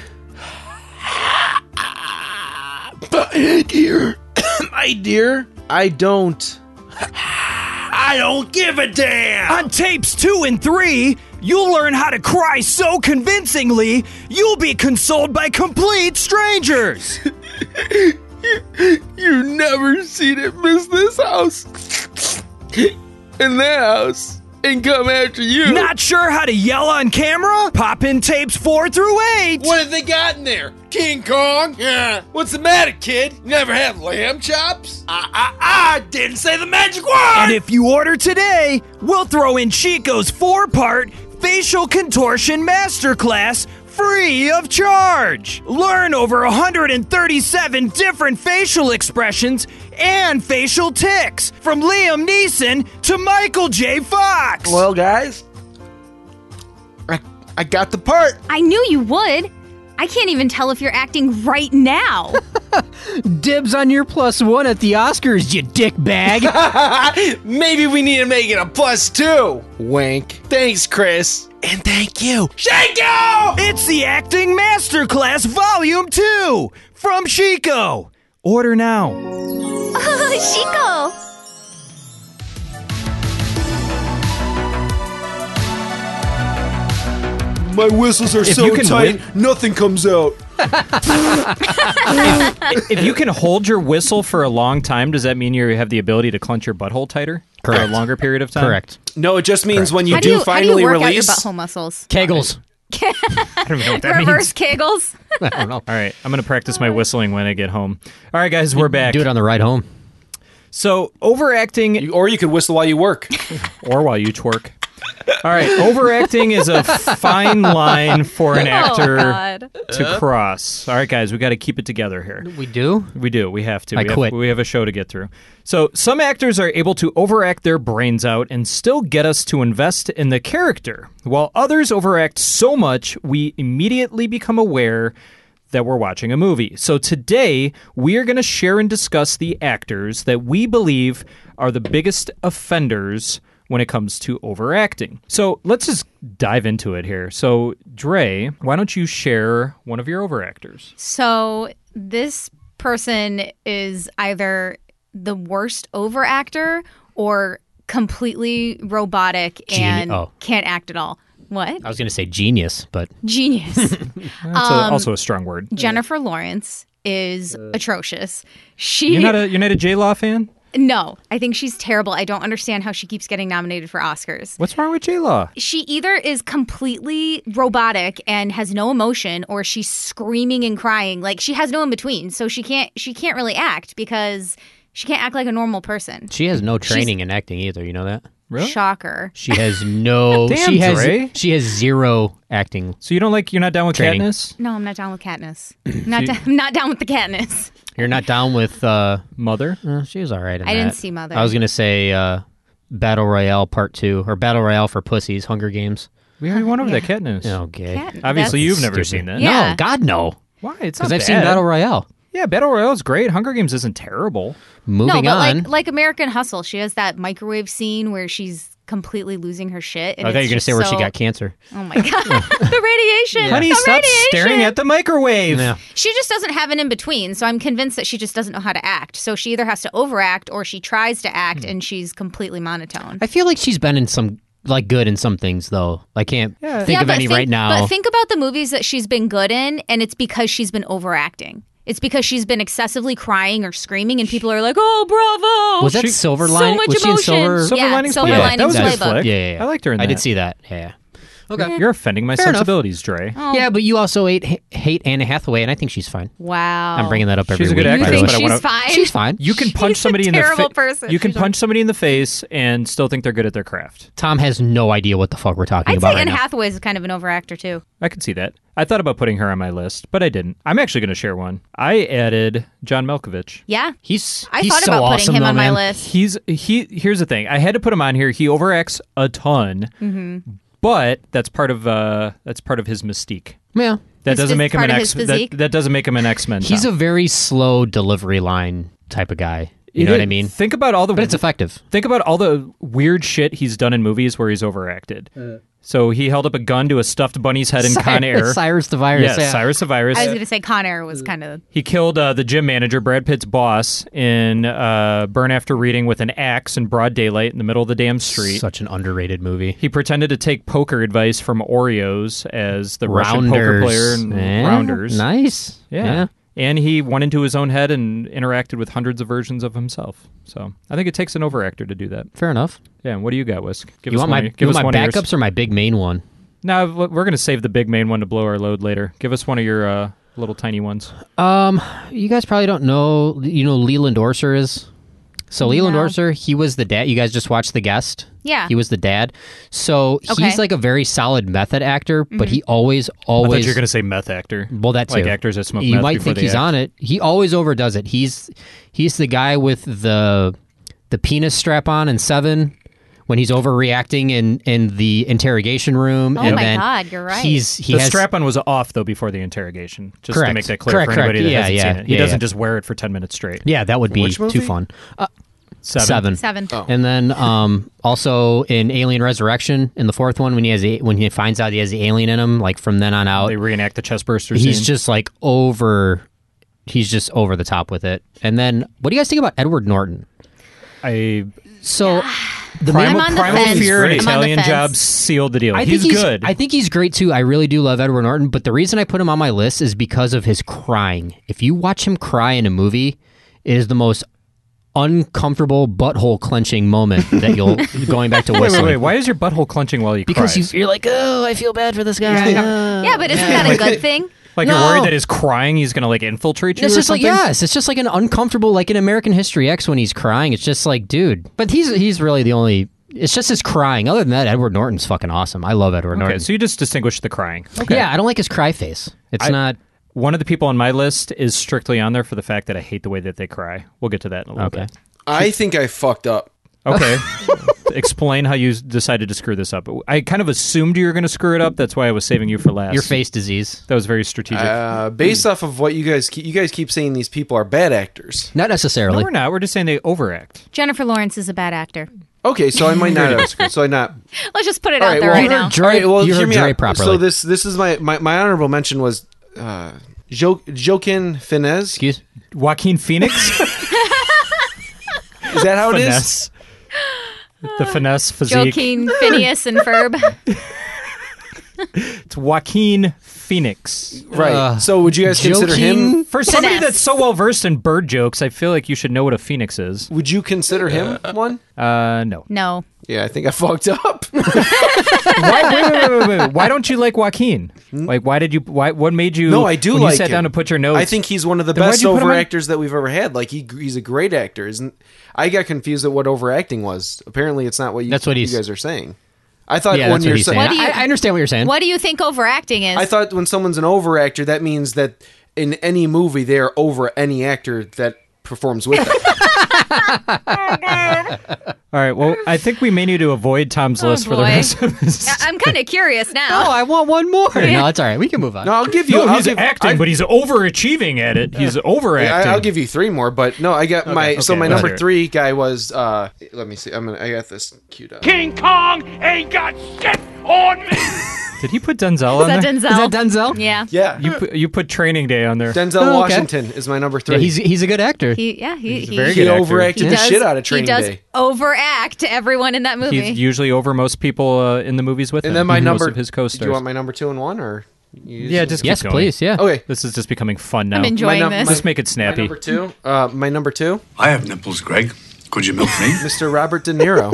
my dear,
my dear, I don't.
I don't give a damn. On tapes two and three, you'll learn how to cry so convincingly, you'll be consoled by complete strangers.
You never seen it miss this house. and that house. And come after you.
Not sure how to yell on camera? Pop in tapes four through eight.
What have they got in there? King Kong? Yeah. What's the matter, kid? Never had lamb chops?
Ah,
I, I, I didn't say the magic word!
And if you order today, we'll throw in Chico's four part facial contortion masterclass free of charge. Learn over 137 different facial expressions and facial tics from Liam Neeson to Michael J. Fox.
Well, guys, I, I got the part.
I knew you would. I can't even tell if you're acting right now.
Dibs on your plus one at the Oscars, you dick bag.
Maybe we need to make it a plus two. Wank. Thanks, Chris. And thank you.
Chico! It's the Acting Masterclass Volume 2 from Chico. Order now.
Oh,
Chico!
My whistles are
If
so
you can
tight, nothing comes out.
if you can hold your whistle for a long time, does that mean you have the ability to clench your butthole tighter for
Correct.
a longer period of time?
Correct.
No, it just means when
how do you, how do you work out your butthole muscles?
Kegels.
I don't know what that
Reverse
means.
kegels.
I don't know. All right, I'm going to practice my whistling when I get home. All right, guys, we're back. Do it
on the ride home.
So overacting,
or you could whistle while you work,
or while you twerk. All right, overacting is a fine line for an
Oh,
actor
God.
to cross. All right, guys, we got to keep it together here.
We do?
We do. We have to.
I
we
quit.
Have, we have a show to get through. So, some actors are able to overact their brains out and still get us to invest in the character, while others overact so much we immediately become aware that we're watching a movie. So, today we are going to share and discuss the actors that we believe are the biggest offenders when it comes to overacting. So, let's just dive into it here. So, Dre, why don't you share one of your overactors?
So this person is either the worst overactor or completely robotic
Geni-
and
oh.
can't act at all. What?
I was going to say genius, but
Genius.
Uh, That's
Um,
a, also a strong word.
Jennifer Lawrence is atrocious. She
You're not a you're not a J Law fan.
no, I think she's terrible. I don't understand how she keeps getting nominated for Oscars.
What's wrong with J Law?
She either is completely robotic and has no emotion or she's screaming and crying. Like she has no in between. So she can't she can't really act because she can't act like a normal person.
she has no training in acting either. You know that?
Shocker.
She has no.
Damn,
she has.
Dre.
She has zero acting.
So you don't like you're not down with
Training.
Katniss?
No, I'm not down with Katniss. not
She-
down, I'm not down with the Katniss.
You're not down with uh,
Mother.
she was all right. in
I didn't
that.
see Mother.
I was gonna say uh, Battle Royale Part Two or Battle Royale for Pussies, Hunger Games.
We already went over that Katniss.
Okay.
Kat-
Obviously,
that's-
you've never
Stupid.
seen that.
Yeah.
No, God no.
Why? It's not
Because I've seen
bad.
Battle Royale.
Yeah, Battle Royale is great. Hunger Games isn't terrible.
no,
Moving
but
on.
like like American Hustle, she has that microwave scene where she's completely losing her shit. And
I thought you
going
were
to
gonna say where she got cancer.
Oh my god, the radiation!
Honey,
the
stop
radiation.
staring at the microwave.
Yeah.
She just doesn't have an in between, so I'm convinced that she just doesn't know how to act. So she either has to overact or she tries to act, and she's completely monotone.
Hmm. I feel like she's been in some like good in some things though. I can't think
Yeah,
of
but
any right now.
But think about the movies that she's been good in, and it's because she's been overacting. It's because she's been excessively crying or screaming, and people are like, "Oh, bravo!"
was that Silver
so
Line?
much
was she in
emotion.
Silver?
Silver
yeah,
Linings
Silver
Playbook.
Linings
That was a good
Playbook.
flick.
Yeah, yeah, yeah.
I liked her in
I
that.
did see that. Yeah. Okay.
You're offending my
Fair enough.
sensibilities, Dre.
Oh.
Yeah, but you also hate, hate Anna Hathaway, and I think she's fine.
Wow.
I'm bringing that up every
She's a
week.
good
by the
actress,
way.
but I wanna-
She's fine.
You can punch somebody in the
terrible
face.
person.
You can punch somebody in the face and still think they're good at their craft.
Tom has no idea what the fuck we're talking
I'd
about
say
right
Anne
now.
Hathaway is kind of an overactor too.
I can see that. I thought about putting her on my list, but I didn't. I'm actually going to share one. I added John Malkovich.
Yeah.
He's
I thought about putting him on my list.
He's he. Here's the thing. I had to put him on here. He overacts a ton,
hmm
but that's part of uh that's part of his mystique.
Yeah.
That
It's
doesn't
just
make him
part
an
of his
X. That,
physique.
that doesn't make him an X Men.
He's a very slow delivery line type of guy. You know what I mean?
Think about all the. But it's
effective.
Think about all the weird shit he's done in movies where he's overacted. So he held up a gun to a stuffed bunny's head in Con Air.
Cyrus the Virus,
Yeah,
yeah.
Cyrus the
I
Virus.
was going to say Con Air was kind of
He killed uh, the gym manager, Brad Pitt's boss, in uh, Burn After Reading with an axe in broad daylight in the middle of the damn street.
Such an underrated movie.
He pretended to take poker advice from Oreos as the Russian poker
Rounders.
player and
Yeah,
rounders.
nice.
Yeah.
Yeah.
And he went into his own head and interacted with hundreds of versions of himself. So I think it takes an overactor to do that.
Fair enough.
Yeah. And what do you got, Whisk? Give
you
us
want
one.
my,
of- give
you
us
want
one
my
of yours.
backups or my big main one?
No, we're going to save the big main one to blow our load later. Give us one of your uh, little tiny ones.
Um, you guys probably don't know. You know Leland Orser is. So Leland
No.
Orser, he was the dad. You guys just watched The Guest.
Yeah.
he was the dad. So
Okay. Mm-hmm.
he's like a very solid method actor, but
Mhm.
he always, always.
I thought you were going to say meth actor.
Well, that's
like actors that smoke
You
meth
might
before
think
they
he's
act.
on it. He always overdoes it. He's he's the guy with the the penis strap on in Seven when he's overreacting in in the interrogation room.
Oh
and
my
then
God, you're right.
He's he
the
has
strap on was off though before the interrogation. Just to
Correct.
make that clear
Correct,
for anybody
correct.
that
Yeah,
hasn't
yeah,
seen it. He
yeah,
doesn't
yeah.
just wear it for ten minutes straight.
Yeah, that would be
Which movie?
too fun. Uh,
Seven.
Seven.
Seven. Oh.
And then um, also in Alien Resurrection, in the fourth one, when he has a, when he finds out he has the alien in him, like from then on out, they
reenact the chestburster.
He's
scene.
just like over. He's just over the top with it. And then, what do you guys think about Edward Norton?
I
so the
Primal,
main-
Primal Fear and Italian Job sealed the deal.
I
he's,
think
good.
I think he's great too. I really do love Edward Norton, but the reason I put him on my list is because of his crying. If you watch him cry in a movie, it is the most uncomfortable butthole clenching moment that you'll going back to
wait, wait,
whistling.
wait. Why is your butthole clenching while you
Because
cry?
he's, you're like, oh, I feel bad for this guy.
Oh,
Yeah,
Yeah, but isn't that a good thing?
like you're worried that his crying he's going to like infiltrate you.
It's
or
just like
something?
yes, it's just like an uncomfortable like in American History X when he's crying. It's just like dude, but he's he's really the only. It's just his crying. Other than that, Edward Norton's fucking awesome. I love Edward
Okay,
Norton.
so you just distinguish the crying.
Yeah, I don't like his cry face. It's
I-
not.
One of the people on my list is strictly on there for the fact that I hate the way that they cry. We'll get to that in a little bit.
I think I fucked up.
Okay. Explain how you s- decided to screw this up. I kind of assumed you were going to screw it up. That's why I was saving you for last.
Your face disease.
That was very strategic.
Uh, based off of what you guys keep, you guys keep saying these people are bad actors.
Not necessarily.
No, we're not. We're just saying they overact.
Jennifer Lawrence is a bad actor.
Okay, so I might not have screwed. So I not.
Let's just put it
All
out there
well,
right now.
all right, well,
you
hear
heard
me
Dre
out.
properly.
So this this is my my, my honorable mention was uh, jo- Joaquin Finez. Excuse
Joaquin Phoenix.
is that how it is?
Finesse. The finesse physique.
Joaquin Phineas and Ferb.
It's Joaquin Phoenix.
Right. so would you guys consider him?
For somebody
Finesse.
that's so well versed in bird jokes, I feel like you should know what a phoenix is.
Would you consider him one?
Uh, no.
No.
Yeah, I think I fucked up.
why, wait, wait, wait, wait, wait. why don't you like Joaquin? Like, why did you? Why? What made you?
Hmm? No, I do
When
like
you sat
him.
down to put your notes.
I think he's one of the
Then why'd
best
you put him
over
on-
actors that we've ever had. Like he he's a great actor, isn't? I got confused at what overacting was. Apparently, it's not what you,
That's what
you
he's-
guys are saying. I thought
Yeah,
when
that's what
you're
he's
sa-
saying. What do you- I- I understand what you're saying.
What do you think overacting is?
I thought when someone's an overactor, that means that in any movie they are over any actor that performs with them.
All right. Well, I think we may need to avoid Tom's list for the
Oh, boy.
rest of this.
I- I'm kind of curious now.
Oh, I want one more. No, it's all right. We can move on.
No, I'll give you.
No,
I'll
he's
give-
acting, but he's overachieving at it. He's
I,
overacting.
I'll give you three more, but no, I got my.
okay,
so my
let's hear
number
it.
three guy was. uh Let me see. I'm gonna. I got this queued up.
King Kong ain't got shit on me.
Did he put Denzel on
Is that
there?
Denzel? Is that
Denzel?
Yeah.
Yeah.
You put, you put Training Day on there.
Denzel Washington is my number three.
Oh, Yeah, he's he's a good actor.
He, yeah, he,
He's a
he,
very
He
good actor.
overacted
he
the
does-
shit out of Training
He does
Day.
overact everyone in that movie.
He's usually over most people uh, in the movies with him.
And then my
most
number.
of his
Do you
co-stars.
want my number two and one or? you-
yeah, just keep
Yes,
going.
please, yeah.
Okay.
This is just becoming fun now.
I'm enjoying
num-
this.
Let's make it
My
snappy.
number two. Uh, my number two.
I have nipples, Greg. Could you milk me?
Mr. Robert De Niro.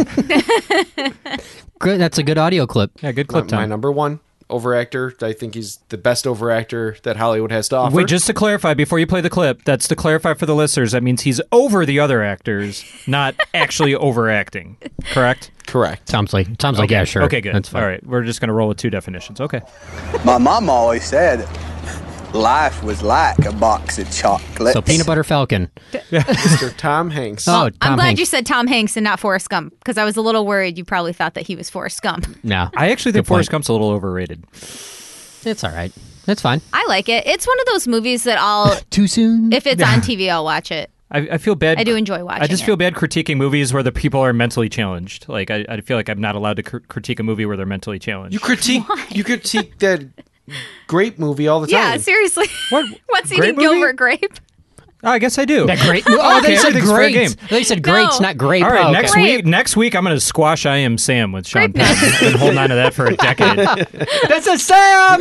Good. That's a good audio clip. Yeah, good
My- My number one over actor. I think he's the best over actor that Hollywood has to offer.
Wait, just to clarify, before you play the clip, that's to clarify for the listeners. That means he's over the other actors, not actually overacting. Correct?
Correct.
Tom's like, Tom's like,
okay.
yeah, sure.
Okay, good.
That's fine.
All right, we're just going to roll with two definitions. Okay.
My mom always said life was like a box of chocolates.
So peanut butter falcon.
Mr. Tom Hanks.
Oh, Tom
I'm glad
Hanks.
you said Tom Hanks and not Forrest Gump because I was a little worried you probably thought that he was Forrest Gump.
No,
I actually think Forrest Gump's a little overrated.
It's all right. That's fine.
I like it. It's one of those movies that I'll
too soon.
If it's on TV, I'll watch it.
I, I feel bad.
I do enjoy watching.
I just
it.
feel bad critiquing movies where the people are mentally challenged. Like I, I feel like I'm not allowed to cr- critique a movie where they're mentally challenged.
You critique you critique that great movie all the time.
Yeah, seriously. What? What's
Grape
eating Gilbert Grape?
Oh, I guess I do.
That great- oh, they said
everything's fair
great.
game.
They said No. greats, not grape.
All right,
Oh,
next
okay.
week. Next week, I'm going to squash I Am Sam with Sean Penn. I've been holding on to that for a decade.
That's a Sam.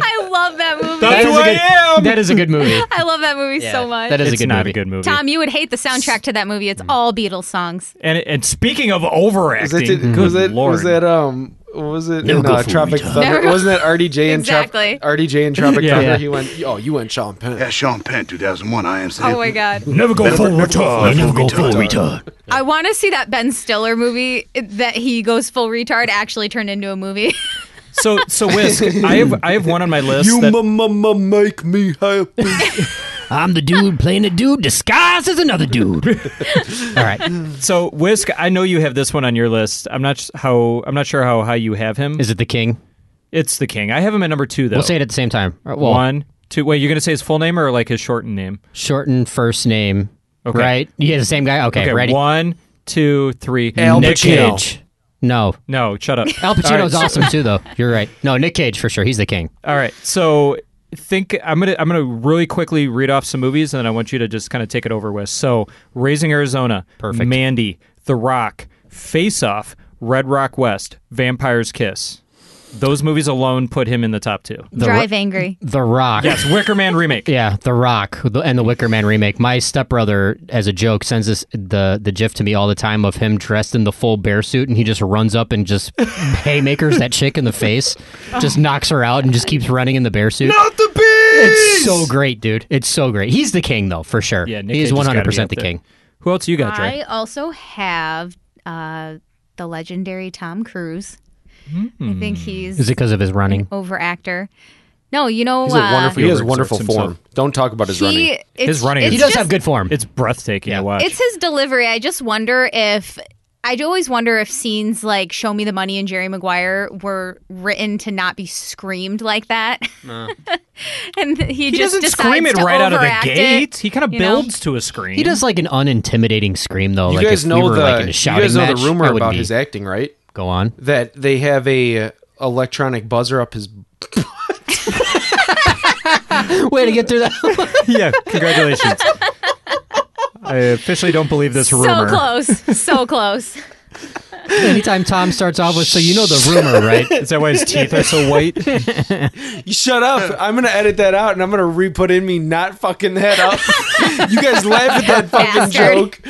I love that movie.
That's who I am.
That is a good movie.
I love that movie
Yeah,
so much.
that is a It's good not a movie. good movie.
Tom, you would hate the soundtrack to that movie. It's all Beatles songs.
And and speaking of overacting,
Was that, did-
good
was that,
lord.
was that um was it
Never
in
go
uh,
fool me,
Tropic
Tom.
Thunder?
Never go-
Wasn't that RDJ in Trop-
Exactly.
RDJ in Tropic
Yeah.
Thunder?
Yeah.
He went, oh, you went Sean Penn.
Yeah, Sean Penn, 2001. I am
Oh my god.
Never go full retard. Never go full retard.
I want to see that Ben Stiller movie that he goes full retard actually turned into a movie.
So so Whisk, I have I have one on my list.
You
that,
make me happy.
I'm the dude playing a dude disguised as another dude. All right.
So Whisk, I know you have this one on your list. I'm not s- how I'm not sure how high you have him. Is
it the king?
It's the king. I have him at number two though.
We'll say it at the same time. All right, well-
One, two. Wait, you're gonna say his full name or like his shortened name?
Shortened first name.
Okay.
Right? Yeah, the same guy. Okay,
Okay,
ready?
One, two, three.
Al
Nick
Pacino.
Cage.
No.
No, shut up.
Al
All right.
Pacino's awesome too, though. You're right. No, Nick Cage for sure. He's the king.
All right. So think I'm gonna I'm gonna really quickly read off some movies and then I want you to just kind of take it over with. So Raising Arizona,
Perfect.
Mandy, The Rock, Face Off, Red Rock West, Vampire's Kiss. Those movies alone put him in the top two.
Drive angry.
The Rock.
Yes, Wicker Man remake.
yeah, The Rock the- and the Wicker Man remake. My stepbrother, as a joke, sends this the the gif to me all the time of him dressed in the full bear suit, and he just runs up and just haymakers that chick in the face, just knocks her out, and just keeps running in the bear suit.
Not the bees!
It's so great, dude. It's so great. He's the king, though, for sure. Yeah,
Nick
he is
Cage has
one
gotta be
hundred percent
up
the
there.
king.
Who else you got, Dre?
I also have uh, the legendary Tom Cruise.
Hmm.
I think he's
Is it 'cause of his running?
an over actor. No, you know
He's a
uh,
wonderful. He has wonderful form. Don't talk about his
He-
running.
it's- His running it's
He does have good form.
It's breathtaking to watch.
It's his delivery. I just wonder if I do always wonder if scenes like "Show Me the Money" and Jerry Maguire were written to not be screamed like that, and he,
He,
just
doesn't
decides
scream it
to
right out of the
overact it,
gate. He kind of
you know?
builds to a scream.
He does like an unintimidating scream though.
You
Oh, like
guys
if
know
we were,
the
like, in a
you
shouting
guys know
match,
the rumor
I would
about
be.
his acting, right?
Go on.
That they have a uh, electronic buzzer up his.
Way to get through that.
yeah, congratulations. I officially don't believe this
So
rumor.
close, so close.
Anytime Tom starts off with, so you know Oh, the rumor, right?
Is that why his teeth are so white?
You shut up! I'm gonna edit that out, and I'm gonna re-put in me not fucking that up. you guys laugh at that fucking joke.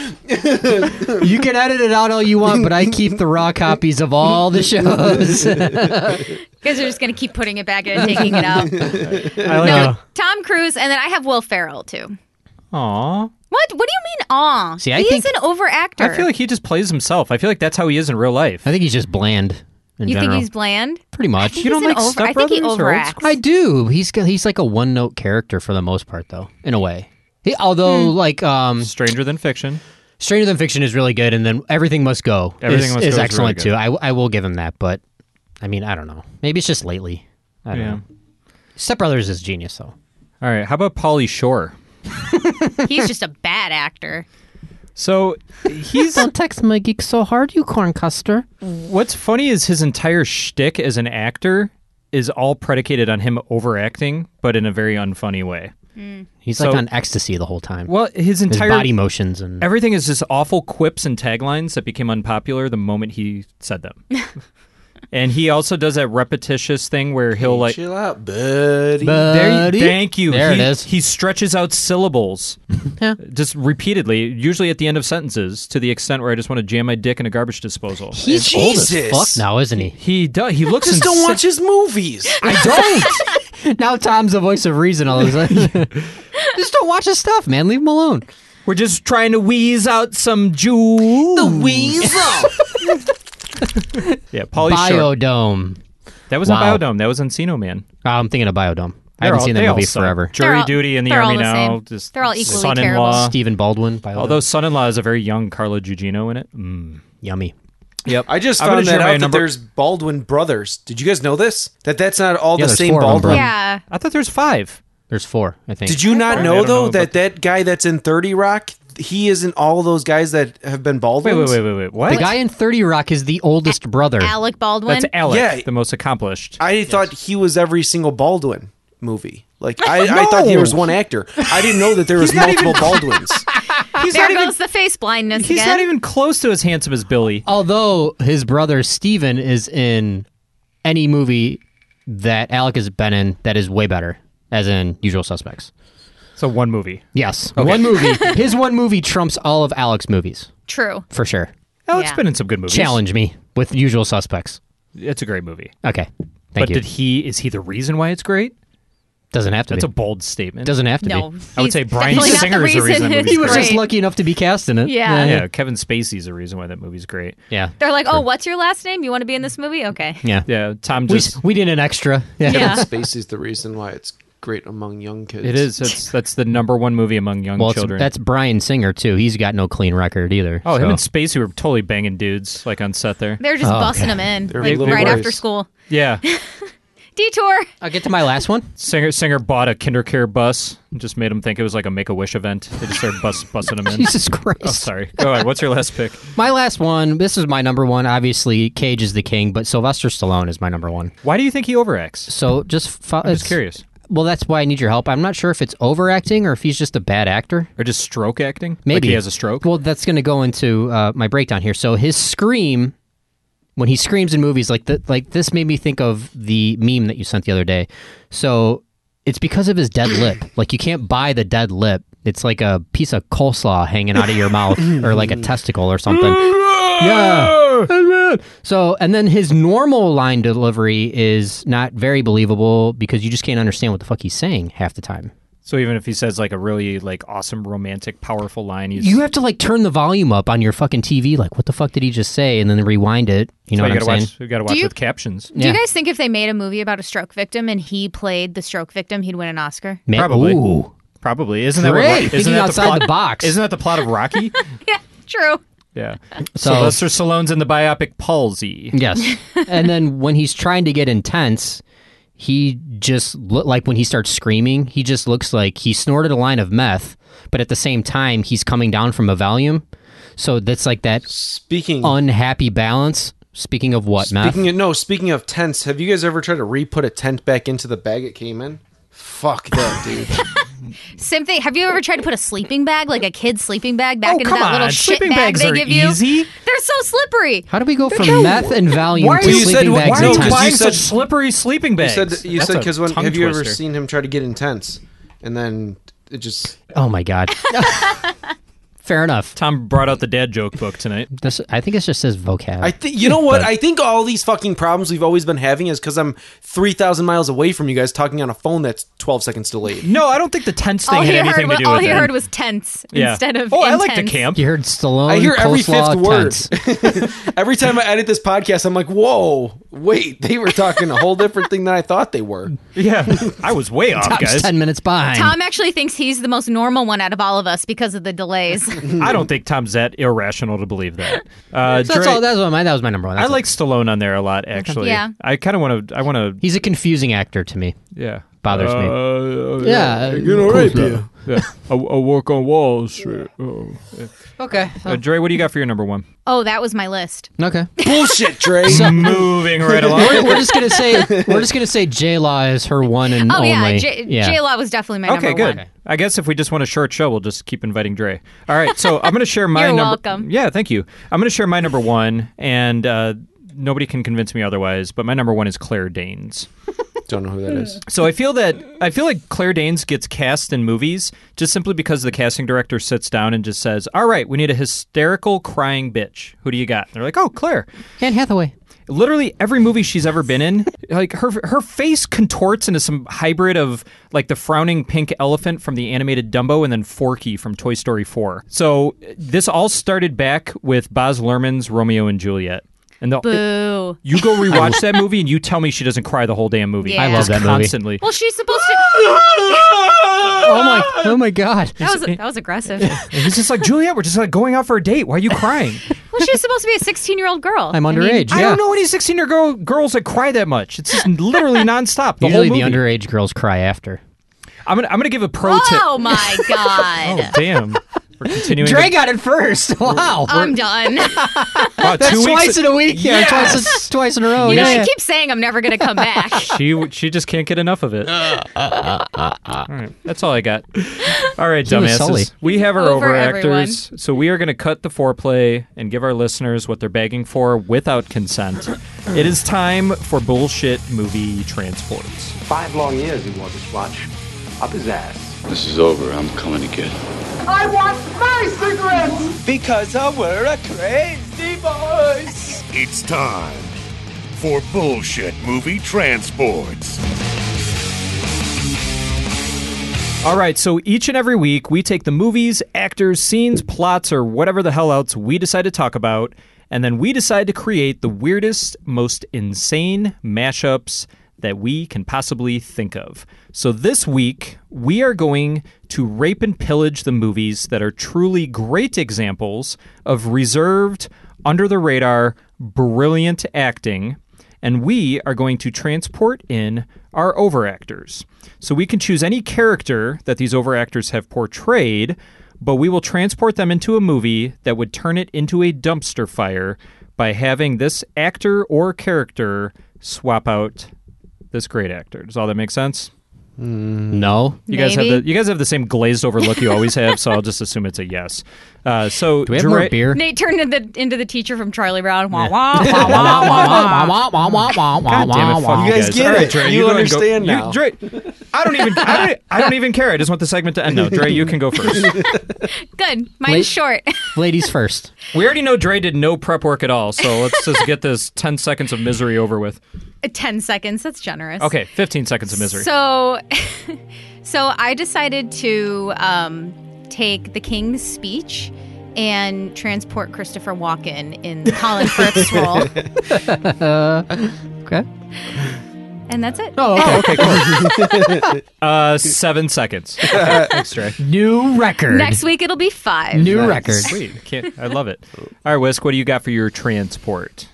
you can edit it out all you want, but I keep the raw copies of all the shows.
You guys are just gonna keep putting it back in and taking it out.
I like
no, Tom Cruise, and then I have Will Ferrell too.
Aw.
What? What do you mean? Aw,
See, I
he's
think-
an overactor.
I feel like he just plays himself. I feel like that's how he is in real life. I
think he's just bland
you think he's bland?
Pretty much.
think You don't he's an like over- I think he Stepbrothers or Old overacts. School?
I do. He's got- he's like a one note character for the most part, though, in a way. He, although,
Hmm.
like, um,
Stranger Than Fiction.
Stranger Than Fiction is really good, and then Everything Must Go
Everything
is,
Must
is
Go is
excellent
really good.
too. I, I will give him that, but I mean, I don't know. Maybe it's just lately. I don't
Yeah.
know. Step Brothers is genius, though.
All right. How about Pauly Shore?
He's just a bad actor.
So he's
don't text my geek so hard, you corn custer.
what's funny is his entire shtick as an actor is all predicated on him overacting, but in a very unfunny way.
Hmm.
Mm.
He's
So-
like on ecstasy the whole time.
Well, his entire
body motions and
everything is just awful quips and taglines that became unpopular the moment he said them. And he also does that repetitious thing where he'll like
chill out, buddy.
There you-
Buddy.
thank you.
There it
he,
is.
He stretches out syllables, just repeatedly, usually at the end of sentences, to the extent where I just want to jam my dick in a garbage disposal.
He's
Jesus.
old as fuck now, isn't he?
He does. He looks.
Just don't
insane.
watch
his movies.
I don't. now Tom's the voice of reason. All of a sudden, just don't watch his stuff, man. Leave him alone.
We're just trying to wheeze out some jewels. The
weasel.
Yeah, Polly
Biodome.
That wasn't
Wow. Uh,
Biodome. That was Encino Man.
I'm thinking of Biodome. I
They're
Ah, haven't
all-
seen that
they all
movie
suck.
forever.
Jury They're all- duty in the they're all Army the now, same. just They're all equally son-in-law. terrible.
Stephen Baldwin. Biodome.
Although son-in-law is a very young Carlo Gugino in it. Mm.
Yummy.
Yep.
I just
I'm gonna
found that
share my
out that
number-
there's Baldwin brothers. Did you guys know this? That that's not all the
Yeah, there's
same
four of 'em,
Baldwin.
bro.
Yeah.
I thought there's five.
There's four, I think.
Did you
I
not
don't
know
know
though
about
that that guy that's in Thirty Rock, he isn't all those guys that have been
Wait,
Baldwin.
wait, wait, wait, wait. What?
The guy in 30 Rock is the oldest brother.
Alec Baldwin.
That's Alec,
Yeah.
the most accomplished.
I thought he was every single Baldwin movie. Like I, I thought there was
No.
one actor. I didn't know that there was
He's not
multiple
even-
Baldwins.
there goes the face blindness
He's
again.
not even close to as handsome as Billy.
Although his brother Steven is in any movie that Alec has been in that is way better, as in Usual Suspects.
So one movie.
Yes. One movie. his one movie trumps all of Alec's movies.
True.
For sure.
Alec's been in some good movies.
Challenge me with Usual Suspects.
It's a great movie.
Okay. Thank
but
you.
did he? Is he the reason why it's great?
Doesn't have to
That's
be.
a bold statement.
Doesn't have to
No,
be.
I would say
He's
Brian
definitely not the
Singer is the
reason
reason. That
it's
movie's
He was
great.
just lucky enough to be cast in it.
Yeah.
yeah, Kevin Spacey's the reason why that movie's great.
Yeah.
They're like, oh, what's your last name? You want to be in this movie? Okay.
Yeah.
Yeah. Tom
We,
just.
we did an extra. Yeah.
Yeah.
Spacey's the reason why it's great among young kids.
it is. That's, that's the number one movie among young
Well, it's,
children.
that's Brian Singer, too. He's got no clean record either.
oh, him
so-
and Spacey were totally banging dudes like on set there.
They're just
Oh,
busting
okay.
them in,
They're
like
little
right
boys.
after school.
Yeah.
Detour.
I'll get to my last one.
Singer Singer bought a KinderCare bus. and Just made him think it was like a Make a Wish event. They just started bus, busting him in.
Jesus Christ.
Oh, sorry. Go ahead. What's your last pick?
My last one. This is my number one. Obviously, Cage is the king, but Sylvester Stallone is my number one.
Why do you think he overacts?
So just, fo-
I'm just
it's-
curious.
Well, that's why I need your help. I'm not sure if it's overacting or if he's just a bad actor.
Or just stroke acting? Like
Maybe
he has a stroke.
Well, that's going to go into uh, my breakdown here. So his scream, when he screams in movies, like the, like this made me think of the meme that you sent the other day. So it's because of his dead lip. Like you can't buy the dead lip. It's like a piece of coleslaw hanging out of your mouth, or like a
Mm.
testicle or something. yeah. So, and then his normal line delivery is not very believable because you just can't understand what the fuck he's saying half the time.
So even if he says like a really like awesome romantic powerful line, he's
You have to like turn the volume up on your fucking TV. Like, what the fuck did he just say? And then rewind it. You know
That's why
what I'm
gotta
saying?
watch, you got to watch
you-
with captions.
Do you guys think if they made a movie about a stroke victim and he played the stroke victim, he'd win an Oscar?
Ma-
Probably.
Ooh.
Probably isn't that
Great.
what, isn't
Thinking
that
outside
the, plot,
the box.
Isn't that the plot of Rocky?
Yeah, true.
yeah.
So-
Sylvester Stallone's in the biopic palsy.
Yes. and then when he's trying to get intense, he just look like when he starts screaming, he just looks like he snorted a line of meth, but at the same time he's coming down from a volume. So that's like that
speaking
unhappy balance. Speaking of what meth?
Speaking of, no, speaking of tents, have you guys ever tried to re-put a tent back into the bag it came in? Fuck that, dude.
Same thing. Have you ever tried to put a sleeping bag, like a kid's sleeping bag, back into
Oh, come
that little
on.
shit
Sleeping
bag
bags
they
are
give you?
easy.
They're so slippery.
How do we go
They're-
from meth and Valium
Why are
to
you
sleeping
said-
bags
why are
and
you
tents?
buying such slippery sleeping
You
bags?
said that- you
That's
said
a
because when
tongue
have you ever
twister.
seen him try to get intense and then it just
Oh my god. Fair enough.
Tom brought out the dad joke book tonight.
This, I think it's just his vocab.
I think you know what I think all these fucking problems we've always been having is because I'm three thousand miles away from you guys talking on a phone that's twelve seconds delayed.
No, I don't think the tense thing
All
had
he
anything
heard,
to
was,
do
all
with
he
it.
heard was tense
Yeah.
instead of
Oh, I
intense.
like to camp.
you heard Stallone.
I hear every
coleslaw,
fifth word.
tents.
Every time I edit this podcast, I'm like, whoa, wait, they were talking a whole different thing than I thought they were.
Yeah, I was way off,
Tom's
guys.
ten minutes behind.
Tom actually thinks he's the most normal one out of all of us because of the delays.
I don't think Tom's that irrational to believe that. Uh,
So that's
Dre-
all. That's what my. That was my number one.
I
That's it.
like Stallone on there a lot, actually.
Yeah.
I kind of want to. I want to.
He's a confusing actor to me.
Yeah.
Bothers me.
Uh,
Yeah, You know,
right,
yeah.
Yeah. I, I work on Wall Street. Oh.
Okay.
Uh, Dre, what do you got for your number one?
oh, that was my list.
Okay.
Bullshit, Dre.
Moving right along.
we're, we're just gonna say we're just gonna say J Law is her one and
Oh
only.
yeah, J, J Law was definitely my
okay,
number
good.
one.
I guess if we just want a short show, we'll just keep inviting Dre. All right, so I'm going to share my
You're
number.
welcome.
Yeah, thank you. I'm going to share my number one, and uh, nobody can convince me otherwise, but my number one is Claire Danes.
Don't know who that is.
So I feel that I feel like Claire Danes gets cast in movies just simply because the casting director sits down and just says, "All right, we need a hysterical crying bitch. Who do you got?" And they're like, "Oh, Claire."
Anne Hathaway.
Literally every movie she's ever been in, like her her face contorts into some hybrid of like the frowning pink elephant from the animated Dumbo and then Forky from Toy Story 4. So this all started back with Boz Luhrmann's Romeo and Juliet. And the,
Boo.
you go rewatch that movie and you tell me she doesn't cry the whole damn movie.
Yeah. I love
Just
that movie.
constantly.
Well, she's supposed to. oh
my! Oh my God!
That was that was aggressive.
And he's just like, Juliet, we're just like going out for a date. Why are you crying?
well, she's supposed to be a 16 year old girl.
I'm
I mean,
underage.
I
yeah.
don't know any 16 year girl, girls that cry that much. It's just literally nonstop. The
Usually
whole movie.
the underage girls cry after.
I'm gonna I'm gonna give a pro tip.
Oh my god.
Oh damn. We're continuing.
Dre got it first. Wow.
I'm done.
Wow,
That's
two
twice
weeks-
in a week. Yeah,
Yes!
twice, twice in a row.
you know,
yeah.
I keep saying I'm never gonna come back.
she she just can't get enough of it. all right, that's all I got. All right,
He was Sully.
dumbasses. We have our
Over
overactors, so we are going to cut the foreplay and give our listeners what they're begging for without consent. it is time for bullshit movie transports.
Five long years he wore this watch. Up his ass.
This is over. I'm coming to get
I want my cigarettes! Because I were a crazy boy!
It's time for Bullshit Movie Transports.
All right, so each and every week we take the movies, actors, scenes, plots, or whatever the hell else we decide to talk about, and then we decide to create the weirdest, most insane mashups that we can possibly think of. So this week we are going to rape and pillage the movies that are truly great examples of reserved, under the radar, brilliant acting and we are going to transport in our overactors. So we can choose any character that these overactors have portrayed, but we will transport them into a movie that would turn it into a dumpster fire by having this actor or character swap out this great actor. Does all that make sense?
No.
You guys have
Maybe.
the you guys have the same glazed over look you always have, so I'll just assume it's a yes. Uh, so do
we have more beer?
Nate turned into the, into the teacher from Charlie Brown. Wah,
Yeah.
wah, wah, wah, wah, wah.
God damn it, fuck
You guys get
All
it.
Dre,
You
go ahead
understand
and go.
now.
You, Dre, I don't even. I don't, I don't even care. I just want the segment to end now. Dre, you can go first.
Good. Mine's
Late-
short.
Ladies first.
We already know Dre did no prep work at all, so let's just get this ten seconds of misery over with.
Ten seconds. That's generous.
Okay, fifteen seconds of misery.
So, so I decided to um, take the King's Speech and transport Christopher Walken in Colin Firth's role,
okay.
and that's it.
Oh, okay, cool. uh, seven seconds. Thanks, Dre.
New record.
Next week it'll be five.
Sweet. Can't, I love it. All right, Wisk, what do you got for your transport?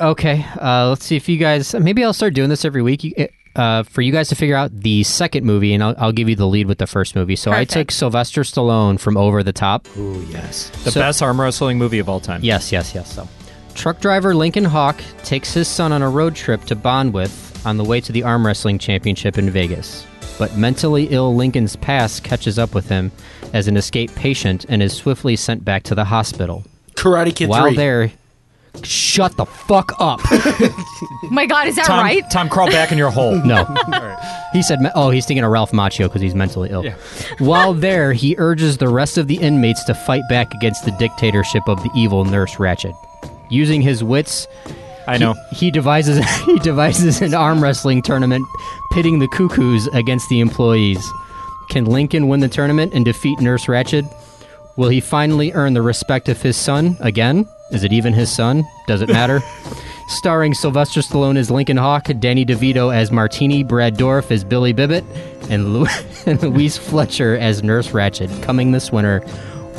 Okay. Uh, let's see if you guys. Maybe I'll start doing this every week. You- Uh, for you guys to figure out the second movie, and I'll, I'll give you the lead with the first movie. So I took Sylvester Stallone from Over the Top. Ooh, yes.
The best arm wrestling movie of all time.
Yes, yes, yes. So, truck driver Lincoln Hawk takes his son on a road trip to bond with on the way to the arm wrestling championship in Vegas. But mentally ill Lincoln's past catches up with him as an escaped patient and is swiftly sent back to the hospital.
Karate Kid
While
3.
there, shut the fuck up.
My God, is that
Tom,
right?
Tom, crawl back in your hole.
No.
All right.
He said, me- "Oh, he's thinking of Ralph Macchio because he's mentally ill." While there, he urges the rest of the inmates to fight back against the dictatorship of the evil Nurse Ratchet. Using his wits,
I know.
he, he devises he devises an arm wrestling tournament pitting the cuckoos against the employees. Can Lincoln win the tournament and defeat Nurse Ratchet? Will he finally earn the respect of his son again? Is it even his son? Does it matter? Starring Sylvester Stallone as Lincoln Hawk, Danny DeVito as Martini, Brad Dorff as Billy Bibbit, and, Lu- and Louise Fletcher as Nurse Ratchet. Coming this winter,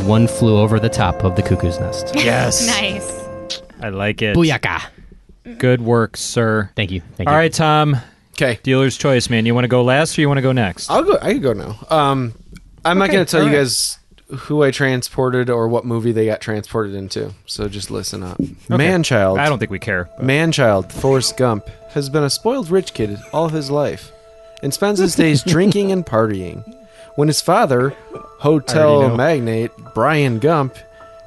one flew over the top of the cuckoo's nest.
Yes.
nice.
I like it.
Booyaka.
Good work, sir.
Thank you. Thank
All
you.
right, Tom.
Okay.
Dealer's choice, man. You want to go last or you want to go next?
I'll go. I can go now. Um, I'm not
Okay,
going to tell you
alright.
guys who I transported or what movie they got transported into. So just listen up. Man child.
I don't think we care.
Man child Forrest Gump has been a spoiled rich kid all his life, and spends his days drinking and partying. When his father,
I already
hotel
know.
magnate Brian Gump,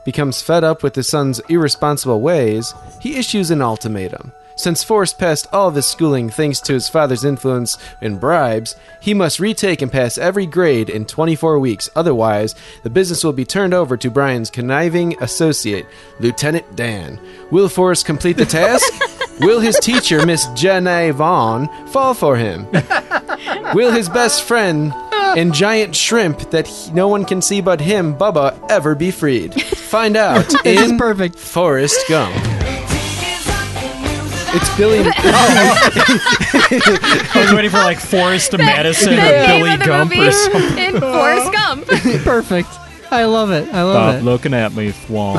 becomes fed up with his son's irresponsible ways, he issues an ultimatum. Since forced past all of his schooling thanks to his father's influence and bribes, he must retake and pass every grade in 24 weeks. Otherwise, the business will be turned over to Brian's conniving associate, Lieutenant Dan. Will Forrest complete the task? Will his teacher, Miss Jenna Vaughn, fall for him? Will his best friend and giant shrimp that he- no one can see but him, Bubba, ever be freed? Find out
This is
in perfect. Forrest Gump. It's Billy.
I was waiting for like Forrest Madison
the
or
name
Billy
of the
Gump
movie
or something.
in Forrest Gump.
Perfect. I love it. I
Stop
love
looking at me, Thwomp.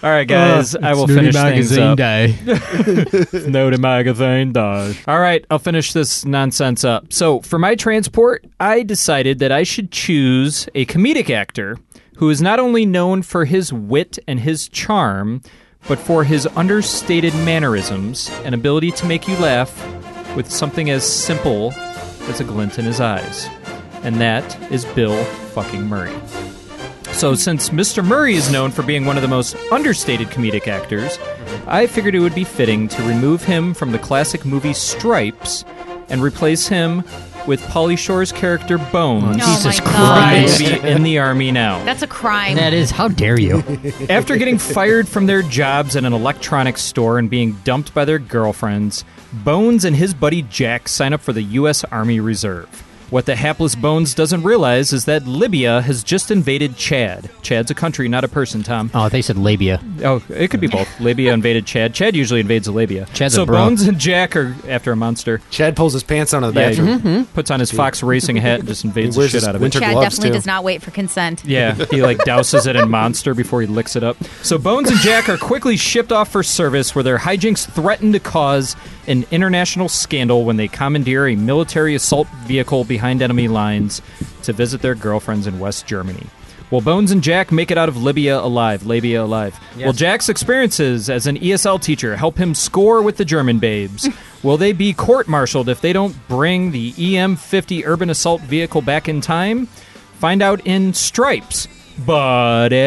All right, guys,
Uh,
I
it's
will
Snooty
finish things
Magazine
up.
Day.
Snooty magazine day. All right, I'll finish this nonsense up. So, for my transport, I decided that I should choose a comedic actor who is not only known for his wit and his charm, but for his understated mannerisms and ability to make you laugh with something as simple as a glint in his eyes. And that is Bill fucking Murray. So, since Mr. Murray is known for being one of the most understated comedic actors, I figured it would be fitting to remove him from the classic movie Stripes and replace him with Polly Shore's character Bones.
Oh, Jesus my God. Christ.
Maybe in the army now.
That's a crime.
how dare you?
After getting fired from their jobs at an electronics store and being dumped by their girlfriends, Bones and his buddy Jack sign up for the U.S. Army Reserve. What the hapless Bones doesn't realize is that Libya has just invaded Chad. Chad's a country, not a person, Tom.
Oh, they said labia.
Oh, it could be both. Libya invaded Chad. Chad usually invades Libya.
Chad's
so
a bro.
Bones and Jack are after a monster.
Chad pulls his pants out of
the bathroom.
Puts on his Fox racing hat and just invades the
wears
shit
his
out of it.
winter
Chad definitely does not wait for consent.
Yeah, he like douses it in Monster before he licks it up. So Bones and Jack are quickly shipped off for service, where their hijinks threaten to cause an international scandal when they commandeer a military assault vehicle behind enemy lines to visit their girlfriends in West Germany. Well, Bones and Jack make it out of Libya alive. Libya alive.
Yes.
Well, Jack's experiences as an ESL teacher help him score with the German babes. Will they be court martialed if they don't bring the EM 50 urban assault vehicle back in time? Find out in Stripes. Buddy.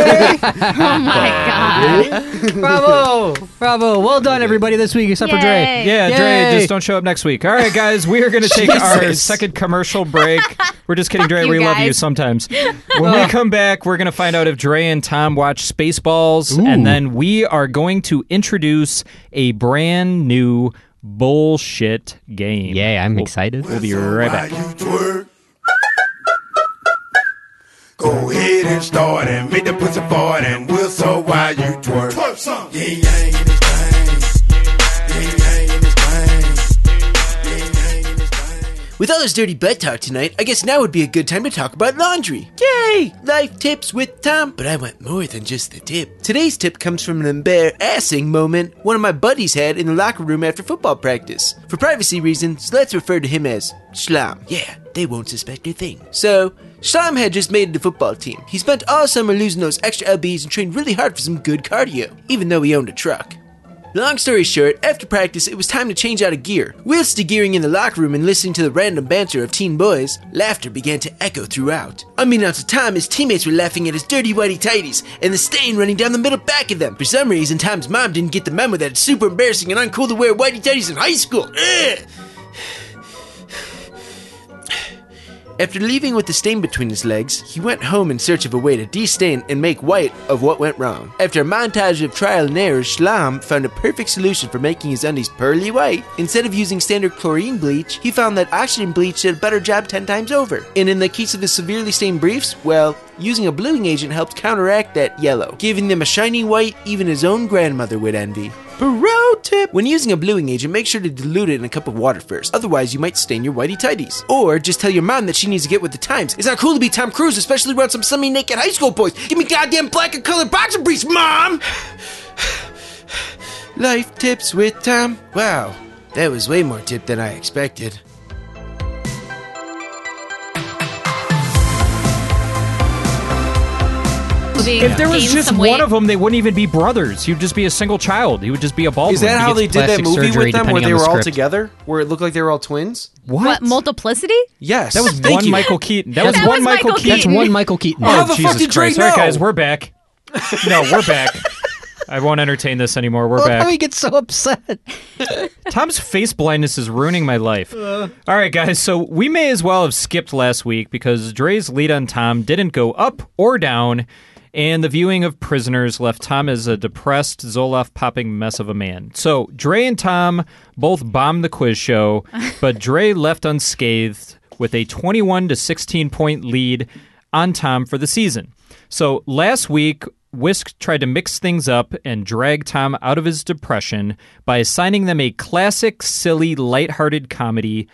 oh my god! Bravo! Bravo! Well done, everybody, this week except for Dre.
Yeah,
Yay.
Dre, just don't show up next week. All right, guys, we are going to take our
Jesus.
second commercial break. We're just kidding, Dre.
you
We love
guys.
you sometimes. When we come back, we're going to find out if Dre and Tom watch Spaceballs,
Ooh.
and then we are going to introduce a brand new bullshit game. Yeah, I'm excited. We'll be right back.
Go ahead and start and make the pussy fart and whistle while you twerk. Twerk some. Yin yang in this thing. Yin yang in this thing.
With all this dirty butt talk tonight, I guess now would be a good time to talk about laundry. Yay! Life tips with Tom. But I want more than just the tip. Today's tip comes from an embarrassing moment one of my buddies had in the locker room after football practice. For privacy reasons, let's refer to him as Schlam. Yeah, they won't suspect a thing. So, Schlam had just made the football team. He spent all summer losing those extra lbs and trained really hard for some good cardio, even though he owned a truck. Long story short, after practice, it was time to change out of gear. Whilst gearing in the locker room and listening to the random banter of teen boys, laughter began to echo throughout. Unbeknownst to Tom, his teammates were laughing at his dirty whitey tighties and the stain running down the middle back of them. For some reason, Tom's mom didn't get the memo that it's super embarrassing and uncool to wear whitey tighties in high school. Ugh. After leaving with the stain between his legs, he went home in search of a way to destain and make white of what went wrong. After a montage of trial and error, Schlam found a perfect solution for making his undies pearly white. Instead of using standard chlorine bleach, he found that oxygen bleach did a better job 10 times over. And in the case of his severely stained briefs, well, using a bluing agent helped counteract that yellow, giving them a shiny white even his own grandmother would envy. Pro tip! When using a bluing agent, make sure to dilute it in a cup of water first. Otherwise, you might stain your whitey tighties. Or just tell your mom that she needs to get with the times. It's not cool to be Tom Cruise, especially around some semi-naked high school boys. Give me goddamn black and colored boxer briefs, mom! Life tips with Tom. Wow, that was way more tip than I expected.
We'll
movie.
If there was
gained
just
some
one
weight.
of them, they wouldn't even be brothers. He would just be a single child. He would just be a bald.
Is that
one. He
how they
gets
did that
plastic
movie
surgery
with them, where
depending
they
on
were
the
all
script.
together, where it looked like they were all twins?
What? multiplicity?
Yes,
That was
Thank
one
you.
Michael Keaton. That, was one Michael Keaton.
That's one Michael Keaton.
Oh, Jesus Christ. All right, guys, we're back. No, we're back. I won't entertain this anymore. We're back.
get so upset.
Tom's face blindness is ruining my life. All right, guys, so we may as well have skipped last week because Dre's lead on Tom didn't go up or down, and the viewing of Prisoners left Tom as a depressed, Zoloft popping mess of a man. So Dre and Tom both bombed the quiz show, but Dre left unscathed with a 21 to 16 point lead on Tom for the season. So last week, Whisk tried to mix things up and drag Tom out of his depression by assigning them a classic, silly, lighthearted comedy,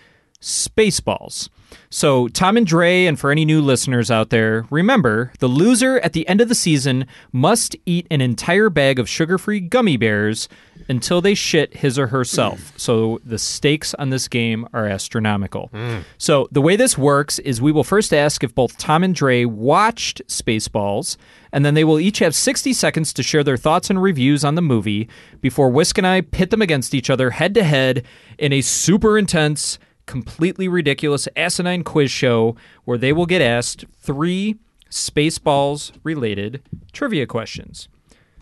Spaceballs. So, Tom and Dre, and for any new listeners out there, remember the loser at the end of the season must eat an entire bag of sugar free gummy bears until they shit his or herself. So, the stakes on this game are astronomical. So the way this works is we will first ask if both Tom and Dre watched Spaceballs, and then they will each have 60 seconds to share their thoughts and reviews on the movie before Whisk and I pit them against each other head to head in a super intense, completely ridiculous, asinine quiz show where they will get asked three Spaceballs related trivia questions.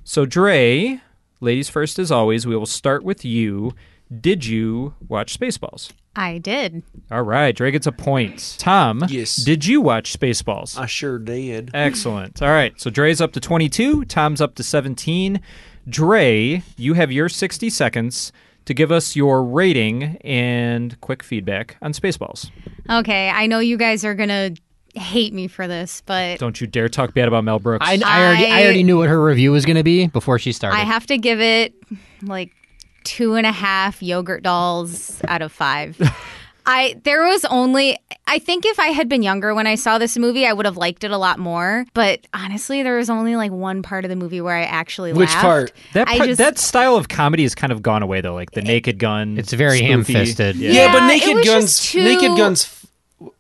So Dre, ladies first as always, we will start with you. Did you watch Spaceballs?
I did.
All right, Dre gets a point. Tom,
Yes.
did you watch Spaceballs?
I sure did.
Excellent. All right, so Dre's up to 22, Tom's up to 17. Dre, you have your 60 seconds to give us your rating and quick feedback on Spaceballs.
Okay, I know you guys are gonna hate me for this, but
Don't you dare talk bad about Mel Brooks.
I, I already, I already knew what her review was going to be before she started.
I have to give it like two and a half yogurt dolls out of five. I there was only I think if I had been younger when I saw this movie, I would have liked it a lot more. But honestly, there was only like one part of the movie where I actually
Which
laughed.
part? That
I
part,
just-
that style of comedy has kind of gone away though, like the Naked Gun. It's
very ham-fisted.
Yeah, but
it
Naked
was
Guns,
just too-
Naked Guns. f-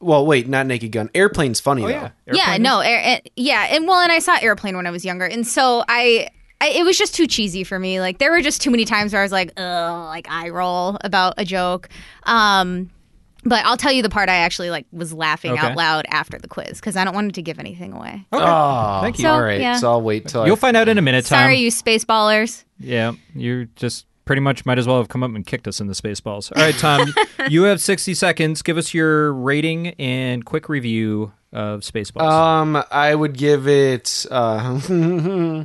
Well, wait, not Naked Gun. Airplane's funny though.
Oh, yeah, no, air, and- yeah, and well, and I saw Airplane when I was younger, and so I, I, it was just too cheesy for me. Like there were just too many times where I was like, ugh, like eye roll about a joke. Um, but I'll tell you the part I actually like was laughing
Okay.
out loud after the quiz because I don't want to give anything away.
Okay.
Thank you.
So,
Ah. All right,
yeah.
so I'll wait till I-
You'll find out in a minute, Tom.
Sorry, you spaceballers.
Yeah, you just pretty much might as well have come up and kicked us in the spaceballs. All right, Tom, you have 60 seconds. Give us your rating and quick review of Spaceballs.
Um, I would give it uh,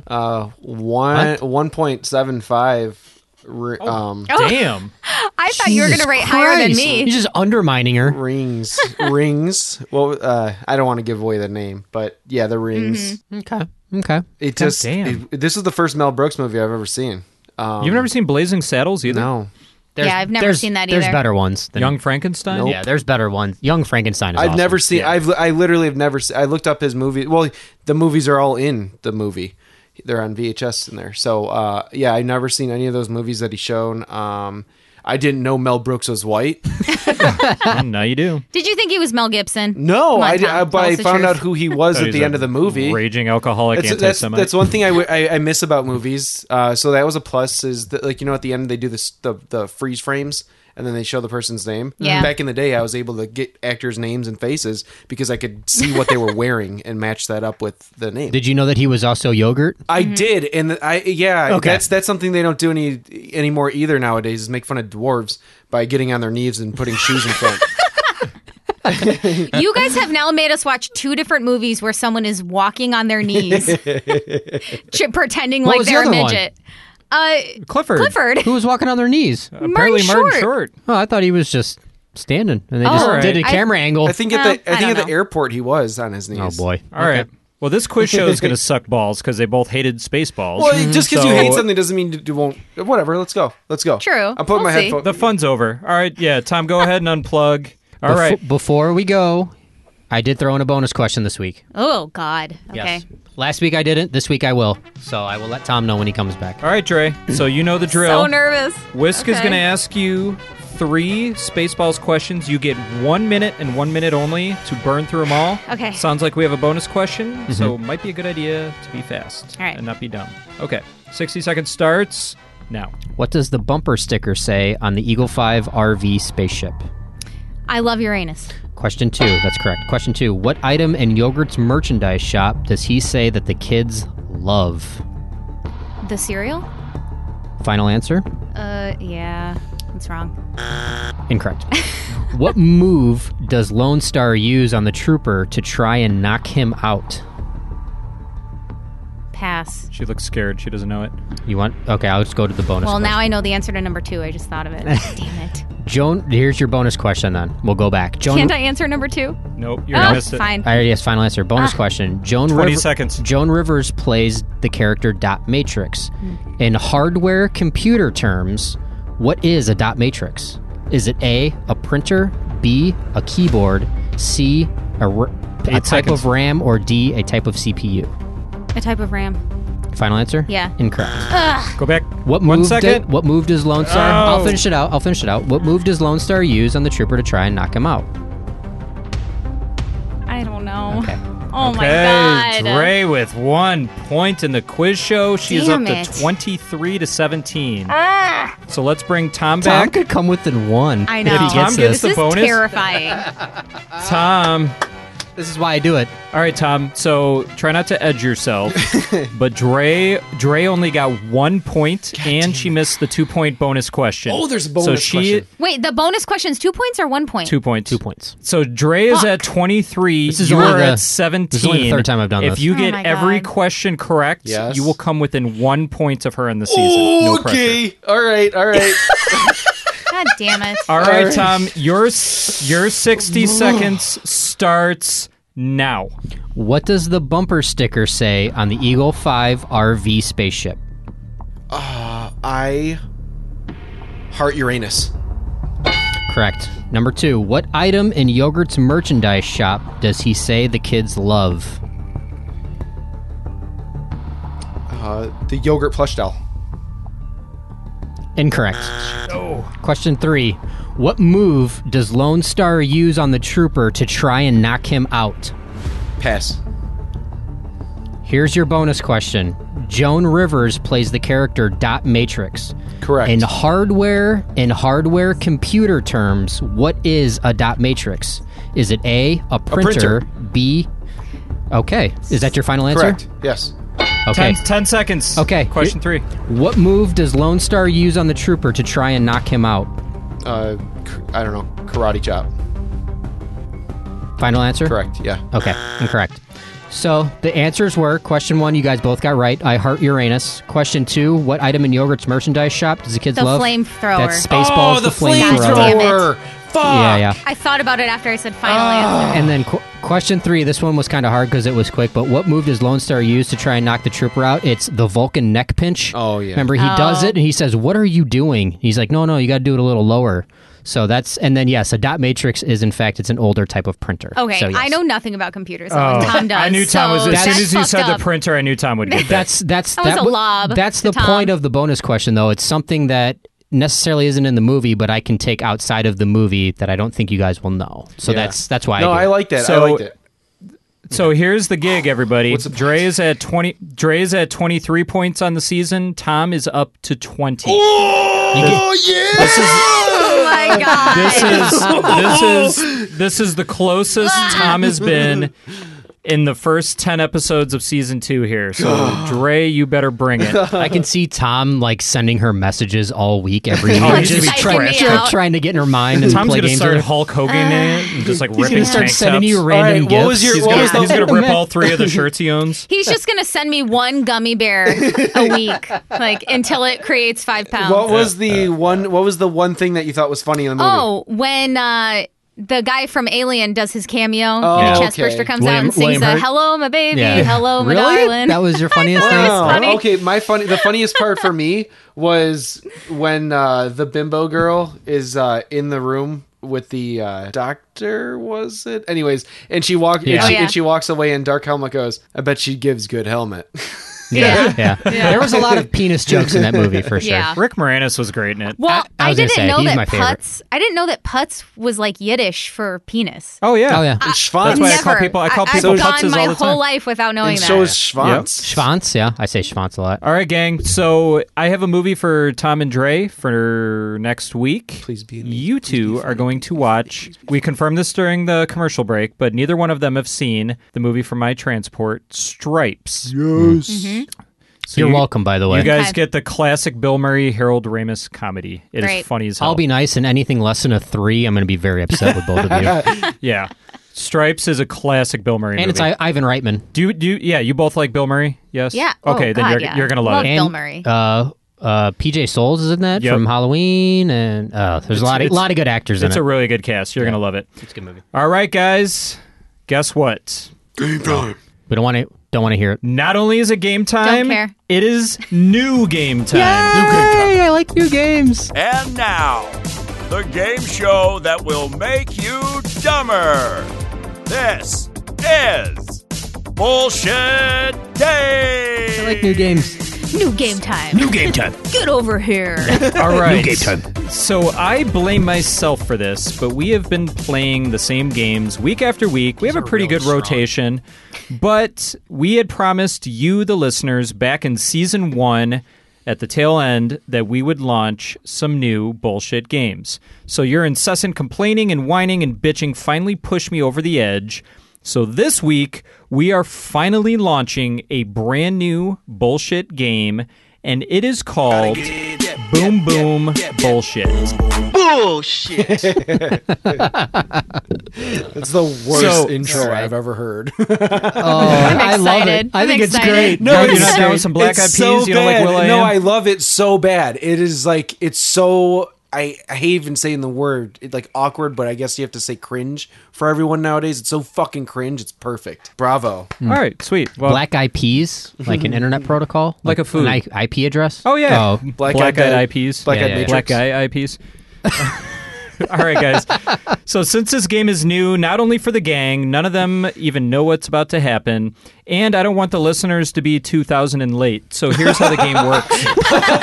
uh one
What?
one point seven five. Re-
Oh.
um,
damn.
I thought you were going to rate higher than me.
You're just undermining her.
Rings, rings. Well, uh, I don't want to give away the name, but yeah, the rings.
Mm. Mm-hmm.
Okay. Okay.
It
Okay.
just
Damn.
it- this is the first Mel Brooks movie I've ever seen. Um,
You've never seen Blazing Saddles either?
No.
There's- Yeah, I've never there's- seen that
There's
either.
better ones. Than,
Young Frankenstein?
Yeah, there's better ones. Young Frankenstein is
I've
awesome.
never seen. I've I literally have never. se- I looked up his movie. Well, the movies are all in the movie. They're on VHS in there. So uh, yeah, I've never seen any of those movies that he's shown. Um, I didn't know Mel Brooks was white.
now you do.
Did you think he was Mel Gibson?
No,
Come on,
I, did-
Tom,
I-
tell
but I
us the
found
truth.
out who he was
Thought
at
he
the
was
end
a
of the movie.
Raging alcoholic
That's, that's,
anti-Semite.
that's one thing I, w- I- I miss about movies. Uh, so that was a plus. Is that like you know at the end they do this the the freeze frames and then they show the person's name.
Yeah.
Back in the day, I was able to get actors' names and faces because I could see what they were wearing and match that up with the name.
Did you know that he was also yogurt?
I
Mm-hmm.
did, and I yeah,
Okay.
that's that's something they don't do any anymore either nowadays. Is make fun of dwarves by getting on their knees and putting shoes in front.
You guys have now made us watch two different movies where someone is walking on their knees, ch- pretending
What
like
was the
they're a
other one?
midget. Uh,
Clifford.
Clifford.
Who was walking on their knees?
Uh,
Apparently Martin Martin Short.
Oh, I thought he was just standing, and they
Oh,
just
Alright.
did a
I-
camera angle.
I think at
Well,
the I,
I
think
don't
at the airport he was on his knees. Oh
boy!
All right. Well, this quiz show is going to suck balls because they both hated Spaceballs.
Well, just because you hate
mm-hmm. So-
something doesn't mean you- you won't. Whatever. Let's go. Let's go.
True.
I'm putting my headphone.
The fun's over. All right, yeah, Tom, go ahead and unplug. All
Befo-
right.
Before we go, I did throw in a bonus question this week.
Oh God. Okay.
Yes. Last week I didn't. This week I will. So I will let Tom know when he comes back.
All right, Dre. So you know the drill.
So nervous.
Whisk is
Okay.
going to ask you three Spaceballs questions. You get one minute and one minute only to burn through them all.
Okay.
Sounds like we have a bonus question, so
Mhm.
might be a good idea to be fast
All right.
and not be dumb. Okay. 60 seconds starts now.
What does the bumper sticker say on the Eagle 5 RV spaceship?
I love Uranus.
Question two. That's correct. Question two. What item in Yogurt's merchandise shop does he say that the kids love?
The cereal?
Final answer?
Uh, yeah. That's wrong.
Incorrect. what move does Lone Star use on the trooper to try and knock him out?
Pass.
She looks scared. She doesn't know it.
You want? Okay, I'll just go to the bonus.
well,
question.
now I know the answer to number two. I just thought of it. Damn it.
Joan, here's your bonus question then. We'll go back. Joan,
Can't I answer number two?
Nope.
you're gonna Oh, miss it. fine.
I already asked final answer. Bonus
Ah.
question. Joan
20
River-
seconds.
Joan Rivers plays the character Dot Matrix.
Hmm.
In hardware computer terms, what is a dot matrix? Is it A, a printer, B, a keyboard, C, a r- a
Eight
type
seconds.
of RAM, or D, a type of CPU?
A type of RAM.
Final answer?
Yeah.
Incorrect.
Ugh.
Go back.
What
One
move
second.
Did, what move does Lone Star?
Oh.
I'll finish it out. I'll finish it out. What move does Lone Star use on the trooper to try and knock him out?
I don't know.
Okay.
Oh
okay,
my god.
Dre with one point in the quiz show. She's
Damn
up
it.
to 23 to 17.
Ah!
So let's bring Tom
Tom
back.
could come within one.
I
if
know.
he gets
Tom
this.
gets the bonus.
terrifying.
Tom.
This is why I do it.
All right, Tom. So try not to edge yourself. but Dre, Dre only got one point, and she missed the two point bonus question.
Oh, there's a
so
bonus
she,
Wait, the bonus question's two points or one point?
Two points. Two
points.
So Dre is at 23.
This is
you
only
are
the-
at
this is only
17.
the third time I've done
if
this.
you
Oh
get
my
every question correct,
Yes.
you will come within one point of her in the season. No pressure.
okay. All right. All right.
God damn it.
All right,
All right.
Tom. Your s- your 60 seconds starts now.
What does the bumper sticker say on the Eagle 5 RV spaceship?
Uh, I heart Uranus.
Correct. Number two, what item in Yogurt's merchandise shop does he say the kids love?
Uh, the yogurt plush doll.
Incorrect.
Oh.
Question three, what move does Lone Star use on the trooper to try and knock him out?
Pass.
Here's your bonus question. Joan Rivers plays the character Dot Matrix.
Correct.
In hardware, in hardware computer terms, what is a dot matrix? Is it A, a
printer.
printer, B Okay. Is that your final answer?
Correct. Yes.
Okay.
Ten, ten seconds.
Okay.
Question three.
What move does Lone Star use on the trooper to try and knock him out?
Uh, cr- I don't know. Karate chop.
Final answer?
Correct. Yeah.
Okay, incorrect. So the answers were question one, you guys both got right. I heart Uranus. Question two, what item in yogurt's merchandise shop does the kids
The
love?
flamethrower.
That's Spaceballs.
Oh, the
flamethrower.
flamethrower.
Yeah, yeah.
I thought about it after I said final
Ah.
answer.
And then qu- question three. This one was kind of hard because it was quick. But what move does Lone Star use to try and knock the trooper out? It's the Vulcan neck pinch. Oh yeah. Remember he does
Oh.
it and he says, "What are you doing?" He's like, "No, no, you got to do it a little lower." So that's and then yes, a dot matrix is in fact it's an older type of printer.
Okay,
So, yes.
I know nothing about computers. Oh. Tom does.
I knew Tom was
so
as soon
that's
as you
fucked
said
up.
the printer, I knew Tom would get that.
That's that's
That was a
wa-
lob
That's
to
the
Tom.
point of the bonus question, though. It's something that necessarily isn't in the movie, but I can take outside of the movie that I don't think you guys will know. So
Yeah.
that's that's why.
No,
I, do
I
it.
like that. I So- liked it. So here's the gig, everybody. Dre is at twenty. Dre is at twenty three points on the season. Tom is up to twenty.
Oh, yeah!
oh my god.
This is this is this is the closest Tom has been in the first ten episodes of season two here. So Dre, you better bring it.
I can see Tom like sending her messages all week, every
Oh,
week,
he's gonna
just
be
trying,
trashing
trying-
out.
trying to get in her mind and
Tom's
play
gonna
games.
start
with her.
Hulk Hogan it and just like
He's gonna
ripping
start
tank
sending
tops.
you random
All right, What was
gifts.
your?
He's
what
gonna-
was the- he's gonna rip
Man.
all three of the shirts he owns.
He's just gonna send me one gummy bear a week, like until it creates five pounds.
What was the one? What was the one thing that you thought was funny in the movie?
Oh, when uh, the guy from Alien does his cameo,
Oh,
and the
okay.
chestburster comes out
William-
and sings
William
a
Hurt?
"Hello, my baby,
Yeah.
hello, my
Really?
darling."
That
was your funniest
thing? That was funny.
Okay, my funny. The funniest part for me was when uh, the bimbo girl is uh, in the room with the uh, doctor. Was it? Anyways, and she walk.
Yeah.
And, she,
Oh, yeah.
and she walks away, and Dark Helmet goes, "I bet she gives good helmet."
Yeah. Yeah.
Yeah.
There was a lot of penis jokes in that movie for sure.
Yeah.
Rick Moranis was great in it.
Well, I,
I was gonna
didn't
say,
know
he's
that
my favorite.
putz. I didn't know that putz was like Yiddish for penis. Ah,
Oh yeah.
Oh
Uh,
yeah.
That's why I call people. I call people
have
putzes
gone my
all the time.
whole life without knowing that.
Schwanz, yeah. I say Schwanz a lot.
All right, gang. So I have a movie for Tom and Dre for next week. Please be. You two are going to watch. we confirmed this during the commercial break, but neither one of them have seen the movie from My Transport, Stripes. Yes.
Mm-hmm. You're welcome, by the way.
You guys
Okay.
get the classic Bill Murray, Harold Ramis comedy. It is
Great.
funny as hell.
I'll be nice, and anything less than a three, I'm going to be very upset with both of you.
yeah. Stripes is a classic Bill Murray
And
movie.
it's I- Ivan Reitman.
Do you, do you, yeah, you both like Bill Murray? Yes.
Yeah. Oh,
Okay, then
God,
you're,
yeah.
you're going to love,
Love
it.
Bill
Murray.
Uh, uh, PJ Souls is in that
Yep.
from Halloween, and uh, there's a lot of, lot of good actors in
it's
it.
a really good cast. You're going to love it. It's
a good movie.
All right, guys. Guess what? Game time.
we don't want to don't want to hear it.
Not only is it game time, it is new game time.
Yay! I like new games.
And now, the game show that will make you dumber. This is Bullshit Day.
I like new games.
New game time.
New game time.
Get over here.
All right. So I blame myself for this, but we have been playing the same games week after week. We have a pretty good rotation, but we had promised you, the listeners, back in season one at the tail end that we would launch some new bullshit games. So your incessant complaining and whining and bitching finally pushed me over the edge. So this week, we are finally launching a brand new bullshit game, and it is called Boom Boom Bullshit.
Bullshit.
That's the worst
So-
intro I've ever heard. oh,
I'm I love it. excited. I I'm think it's excited. great.
No,
You're
it's
not
not.
down with some Black
It's
Eyed Peas?
so
You don't like
bad.
Will.i.am?
No, I love it so bad. It is like it's so. I, I hate even saying the word. It's like awkward, but I guess you have to say cringe for everyone nowadays. It's so fucking cringe. It's perfect. Bravo.
Hmm. All right, sweet. Well, Mhm.
Black IPs, like an internet protocol,
Like a food.
an I- IP address.
Oh yeah,
oh.
black, eyed IPs,
Black Eyed Matrix.
black guy IPs. All right, guys. So since this game is new, not only for the gang, none of them even know what's about to happen, and I don't want the listeners to be two thousand and late. So here's how the game works.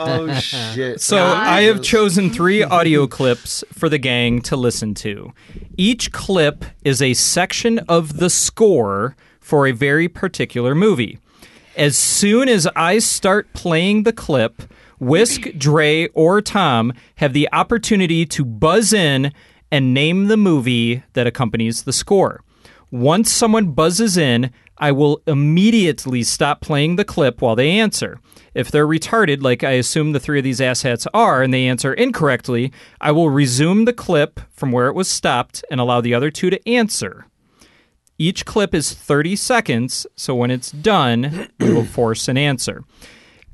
oh shit.
So I have chosen three audio clips for the gang to listen to. Each clip is a section of the score for a very particular movie. As soon as I start playing the clip, Whisk, Dre, or Tom have the opportunity to buzz in and name the movie that accompanies the score. Once someone buzzes in, I will immediately stop playing the clip while they answer. If they're retarded, like I assume the three of these asshats are, and they answer incorrectly, I will resume the clip from where it was stopped and allow the other two to answer. Each clip is 30 seconds, so when it's done, we will force an answer.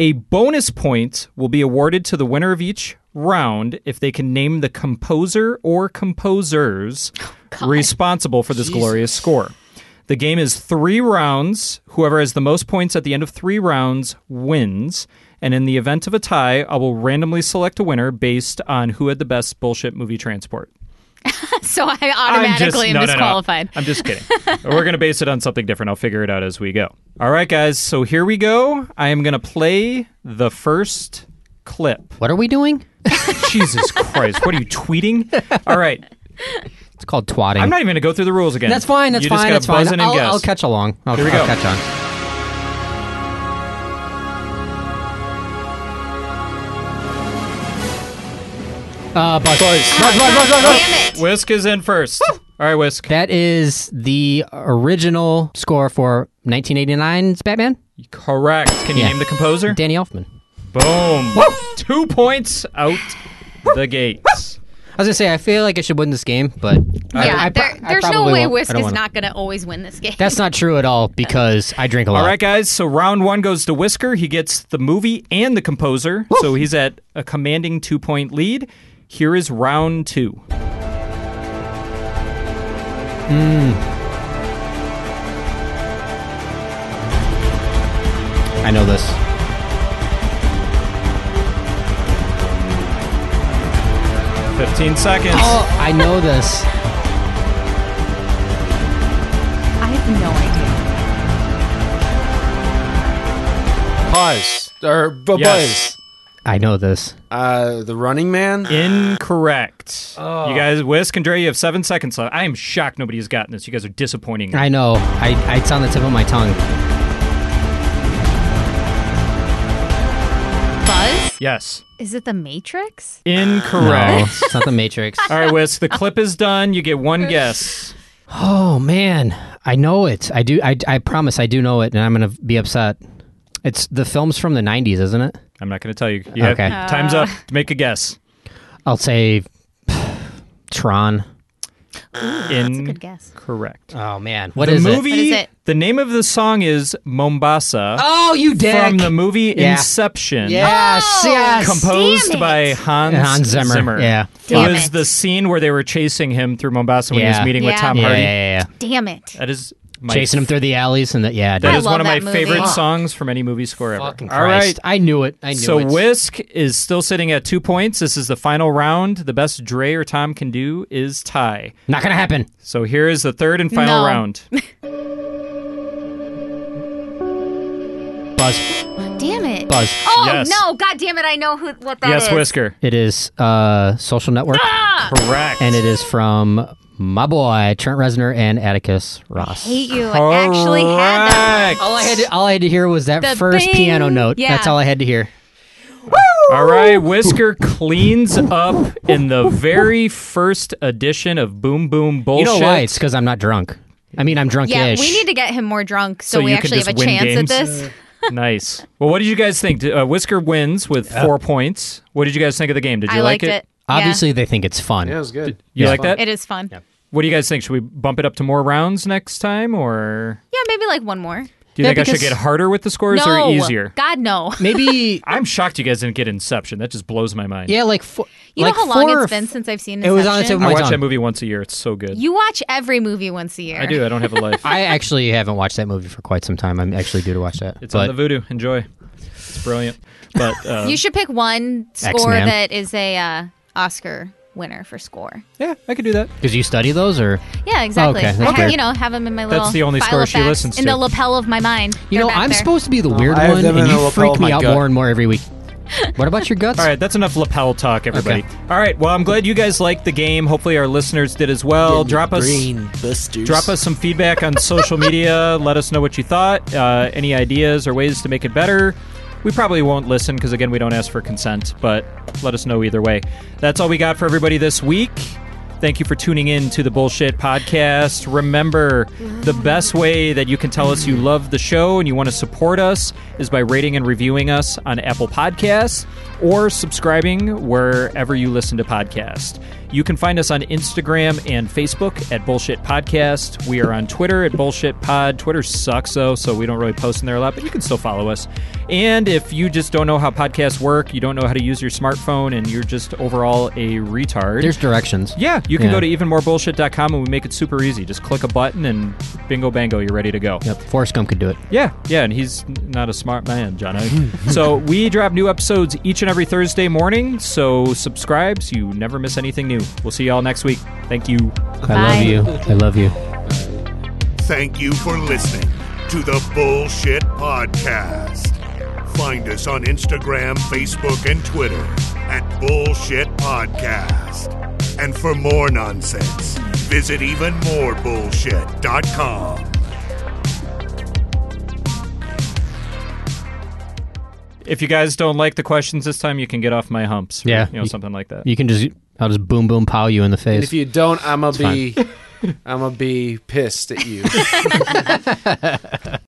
A bonus point will be awarded to the winner of each round if they can name the composer or composers responsible for this glorious score. The game is three rounds. Whoever has the most points at the end of three rounds wins. And in the event of a tie, I will randomly select a winner based on who had the best bullshit movie transport.
so I
I'm just-
automatically am
no, no, no.
disqualified.
I'm just kidding. We're going to base it on something different. I'll figure it out as we go. All right, guys. So here we go. I am going to play the first clip.
What are we doing?
Jesus Christ. What are you tweeting? All right.
It's called twatting.
I'm not even going to go through the rules again.
That's fine. That's
you
fine. That's
Just gotta buzz
fine.
in and
I'll,
guess.
I'll catch along. I'll,
Here we go.
I'll catch on. Uh, Buzz. Buzz, Buzz, Buzz, Buzz, Buzz.
Whisk is in first. All right, Whisk.
That is the original score for 1989's Batman.
Correct. Can you
Yeah.
name the composer?
Danny Elfman.
Boom. Two points out the gate.
I was gonna say I feel like I should win this game, but I-
yeah,
I pro-
there-
I
there's no
probably
way
won't.
Whisk
I don't
is
wanna.
not going to always win this game.
That's not true at all because I drink a lot.
All right, guys. So round one goes to Whisker. He gets the movie and the composer. So he's at a commanding two point lead. Here is round two.
Hmm. I know this.
Fifteen seconds.
Oh, I know this.
I have no idea.
Pause. Or b- buzz.
Yes.
I know this.
Uh, the Running Man.
Incorrect.
Oh.
You guys, Whisk and Dre, you have seven seconds left. I am shocked nobody has gotten this. You guys are disappointing. me.
I know. Oh, I, I it's on the tip of my tongue.
Buzz?
Yes.
Is it the Matrix?
Incorrect.
No, it's not the Matrix.
All right, Whisk. The clip is done. You get one guess.
Oh man, I know it. I do. I, I promise, I do know it, and I'm gonna be upset. It's the film's from the '90s, isn't it?
I'm not going to tell you. You have-
Okay.
Time's
Uh.
up. Make a guess.
I'll say Tron.
In
Good guess.
correct.
Oh man, What
the
is it?
movie,
What is it?
The name of the song is Mombasa.
Oh, you dick.
From the movie
Yeah.
Inception.
Yes, yes.
Composed by Hans,
Hans Zimmer, yeah.
It
Damn
was the scene where they were chasing him through Mombasa when he was
Yeah.
Uh, meeting with
Yeah.
Tom
Yeah,
Hardy.
yeah, yeah,
Damn it.
That is my
Chasing him through the alleys and the yeah.
That
dude.
is one of my
movie.
favorite
Fuck.
songs from any movie score ever.
Fucking
All right.
Christ. I knew it. I knew
so
it.
Whisk is still sitting at two points. This is the final round. The best Dre or Tom can do is tie.
Not gonna happen.
So here is the third and final
No.
round.
Buzz.
Damn it.
Buzz.
Oh
Yes.
no! God damn it! I know who what that is. Ah!
Whisker.
It is uh, Social Network.
Correct.
And it is from my boy Trent Reznor and Atticus Ross.
Hate you. I actually had that.
All I had to, all I had to hear was that
The
first
bing.
piano note.
Yeah.
That's all I had to hear.
All right, Whisker cleans up in the very first edition of Boom Boom Bullshit.
You know why? It's because I'm not drunk. I mean, I'm drunk-ish.
Yeah, we need to get him more drunk so,
So
we
you can
actually have a
just win
chance
games?
at this.
nice. Well, what did you guys think? Uh, Whisker wins with four points. What did you guys think of the game? Did you
I
like
liked it. Yeah.
Obviously, they think it's fun. Yeah, it was
good.
You like that?
It is fun. Yeah,
What do you guys think? Should we bump it up to more rounds next time, or
maybe like one more.
do you
Yeah,
think I should
because-
get harder with the scores
no.
or easier?
God no.
Maybe
I'm shocked you guys didn't get Inception. That just blows my mind.
Yeah, like fo-
You
like
know how long
four or
it's
f-
been since I've seen
It was on the
Inception?
tip of my
I watch
tongue.
that movie once a year. It's so good.
You watch every movie once a year.
I do. I don't have a life.
I actually haven't watched that movie for quite some time. I'm actually due to watch that.
It's
but
on the Voodoo. Enjoy. It's brilliant. But uh,
You should pick one score
X-Man.
that is a uh, Oscar winner for score.
Yeah, I could do that.
Because you study those, or
Yeah, exactly.
Okay, that's
I ha-
fair.
you know, have them in my
That's
little.
the only
file
score
of
she
facts
listens
in
to.
the lapel of my mind.
You know,
They're back
I'm
there.
supposed to be the weird
I have
one,
them
and
in a
you
lapel
freak
of
me
my
out
gut.
more and more every week. What about your guts?
All right, that's enough lapel talk, everybody. All right, well, I'm glad you guys liked the game. Hopefully, our listeners did as well. Drop us.
Brain busters.
Drop us some feedback on social media. Let us know what you thought, uh, any ideas or ways to make it better. We probably won't listen because, again, we don't ask for consent, but let us know either way. That's all we got for everybody this week. Thank you for tuning in to the Bullshit Podcast. Remember, the best way that you can tell us you love the show and you want to support us is by rating and reviewing us on Apple Podcasts or subscribing wherever you listen to podcasts. You can find us on Instagram and Facebook at Bullshit Podcast. We are on Twitter at Bullshit Pod. Twitter sucks though, so we don't really post in there a lot, but you can still follow us. And if you just don't know how podcasts work, you don't know how to use your smartphone, and you're just overall a retard.
There's directions.
Yeah, you can
Yeah.
go to evenmorebullshit.com and we make it super easy. Just click a button and bingo bango, you're ready to go.
Yep, Forrest Gump could do it.
Yeah, yeah, and he's n- not a smart man, Jono. so we drop new episodes each and every Thursday morning, so subscribe so you never miss anything new. We'll see y'all next week. Thank you.
I love you. I love you.
Thank you for listening to the Bullshit Podcast. Find us on Instagram, Facebook, and Twitter at Bullshit Podcast. And for more nonsense, visit evenmorebullshit.com.
If you guys don't like the questions this time, you can get off my humps. or,
Yeah,
You know, something like that.
You can just I'll just boom boom pow you in the
And
face.
if you don't, I'ma
It's fine.
be, I'ma be pissed at you.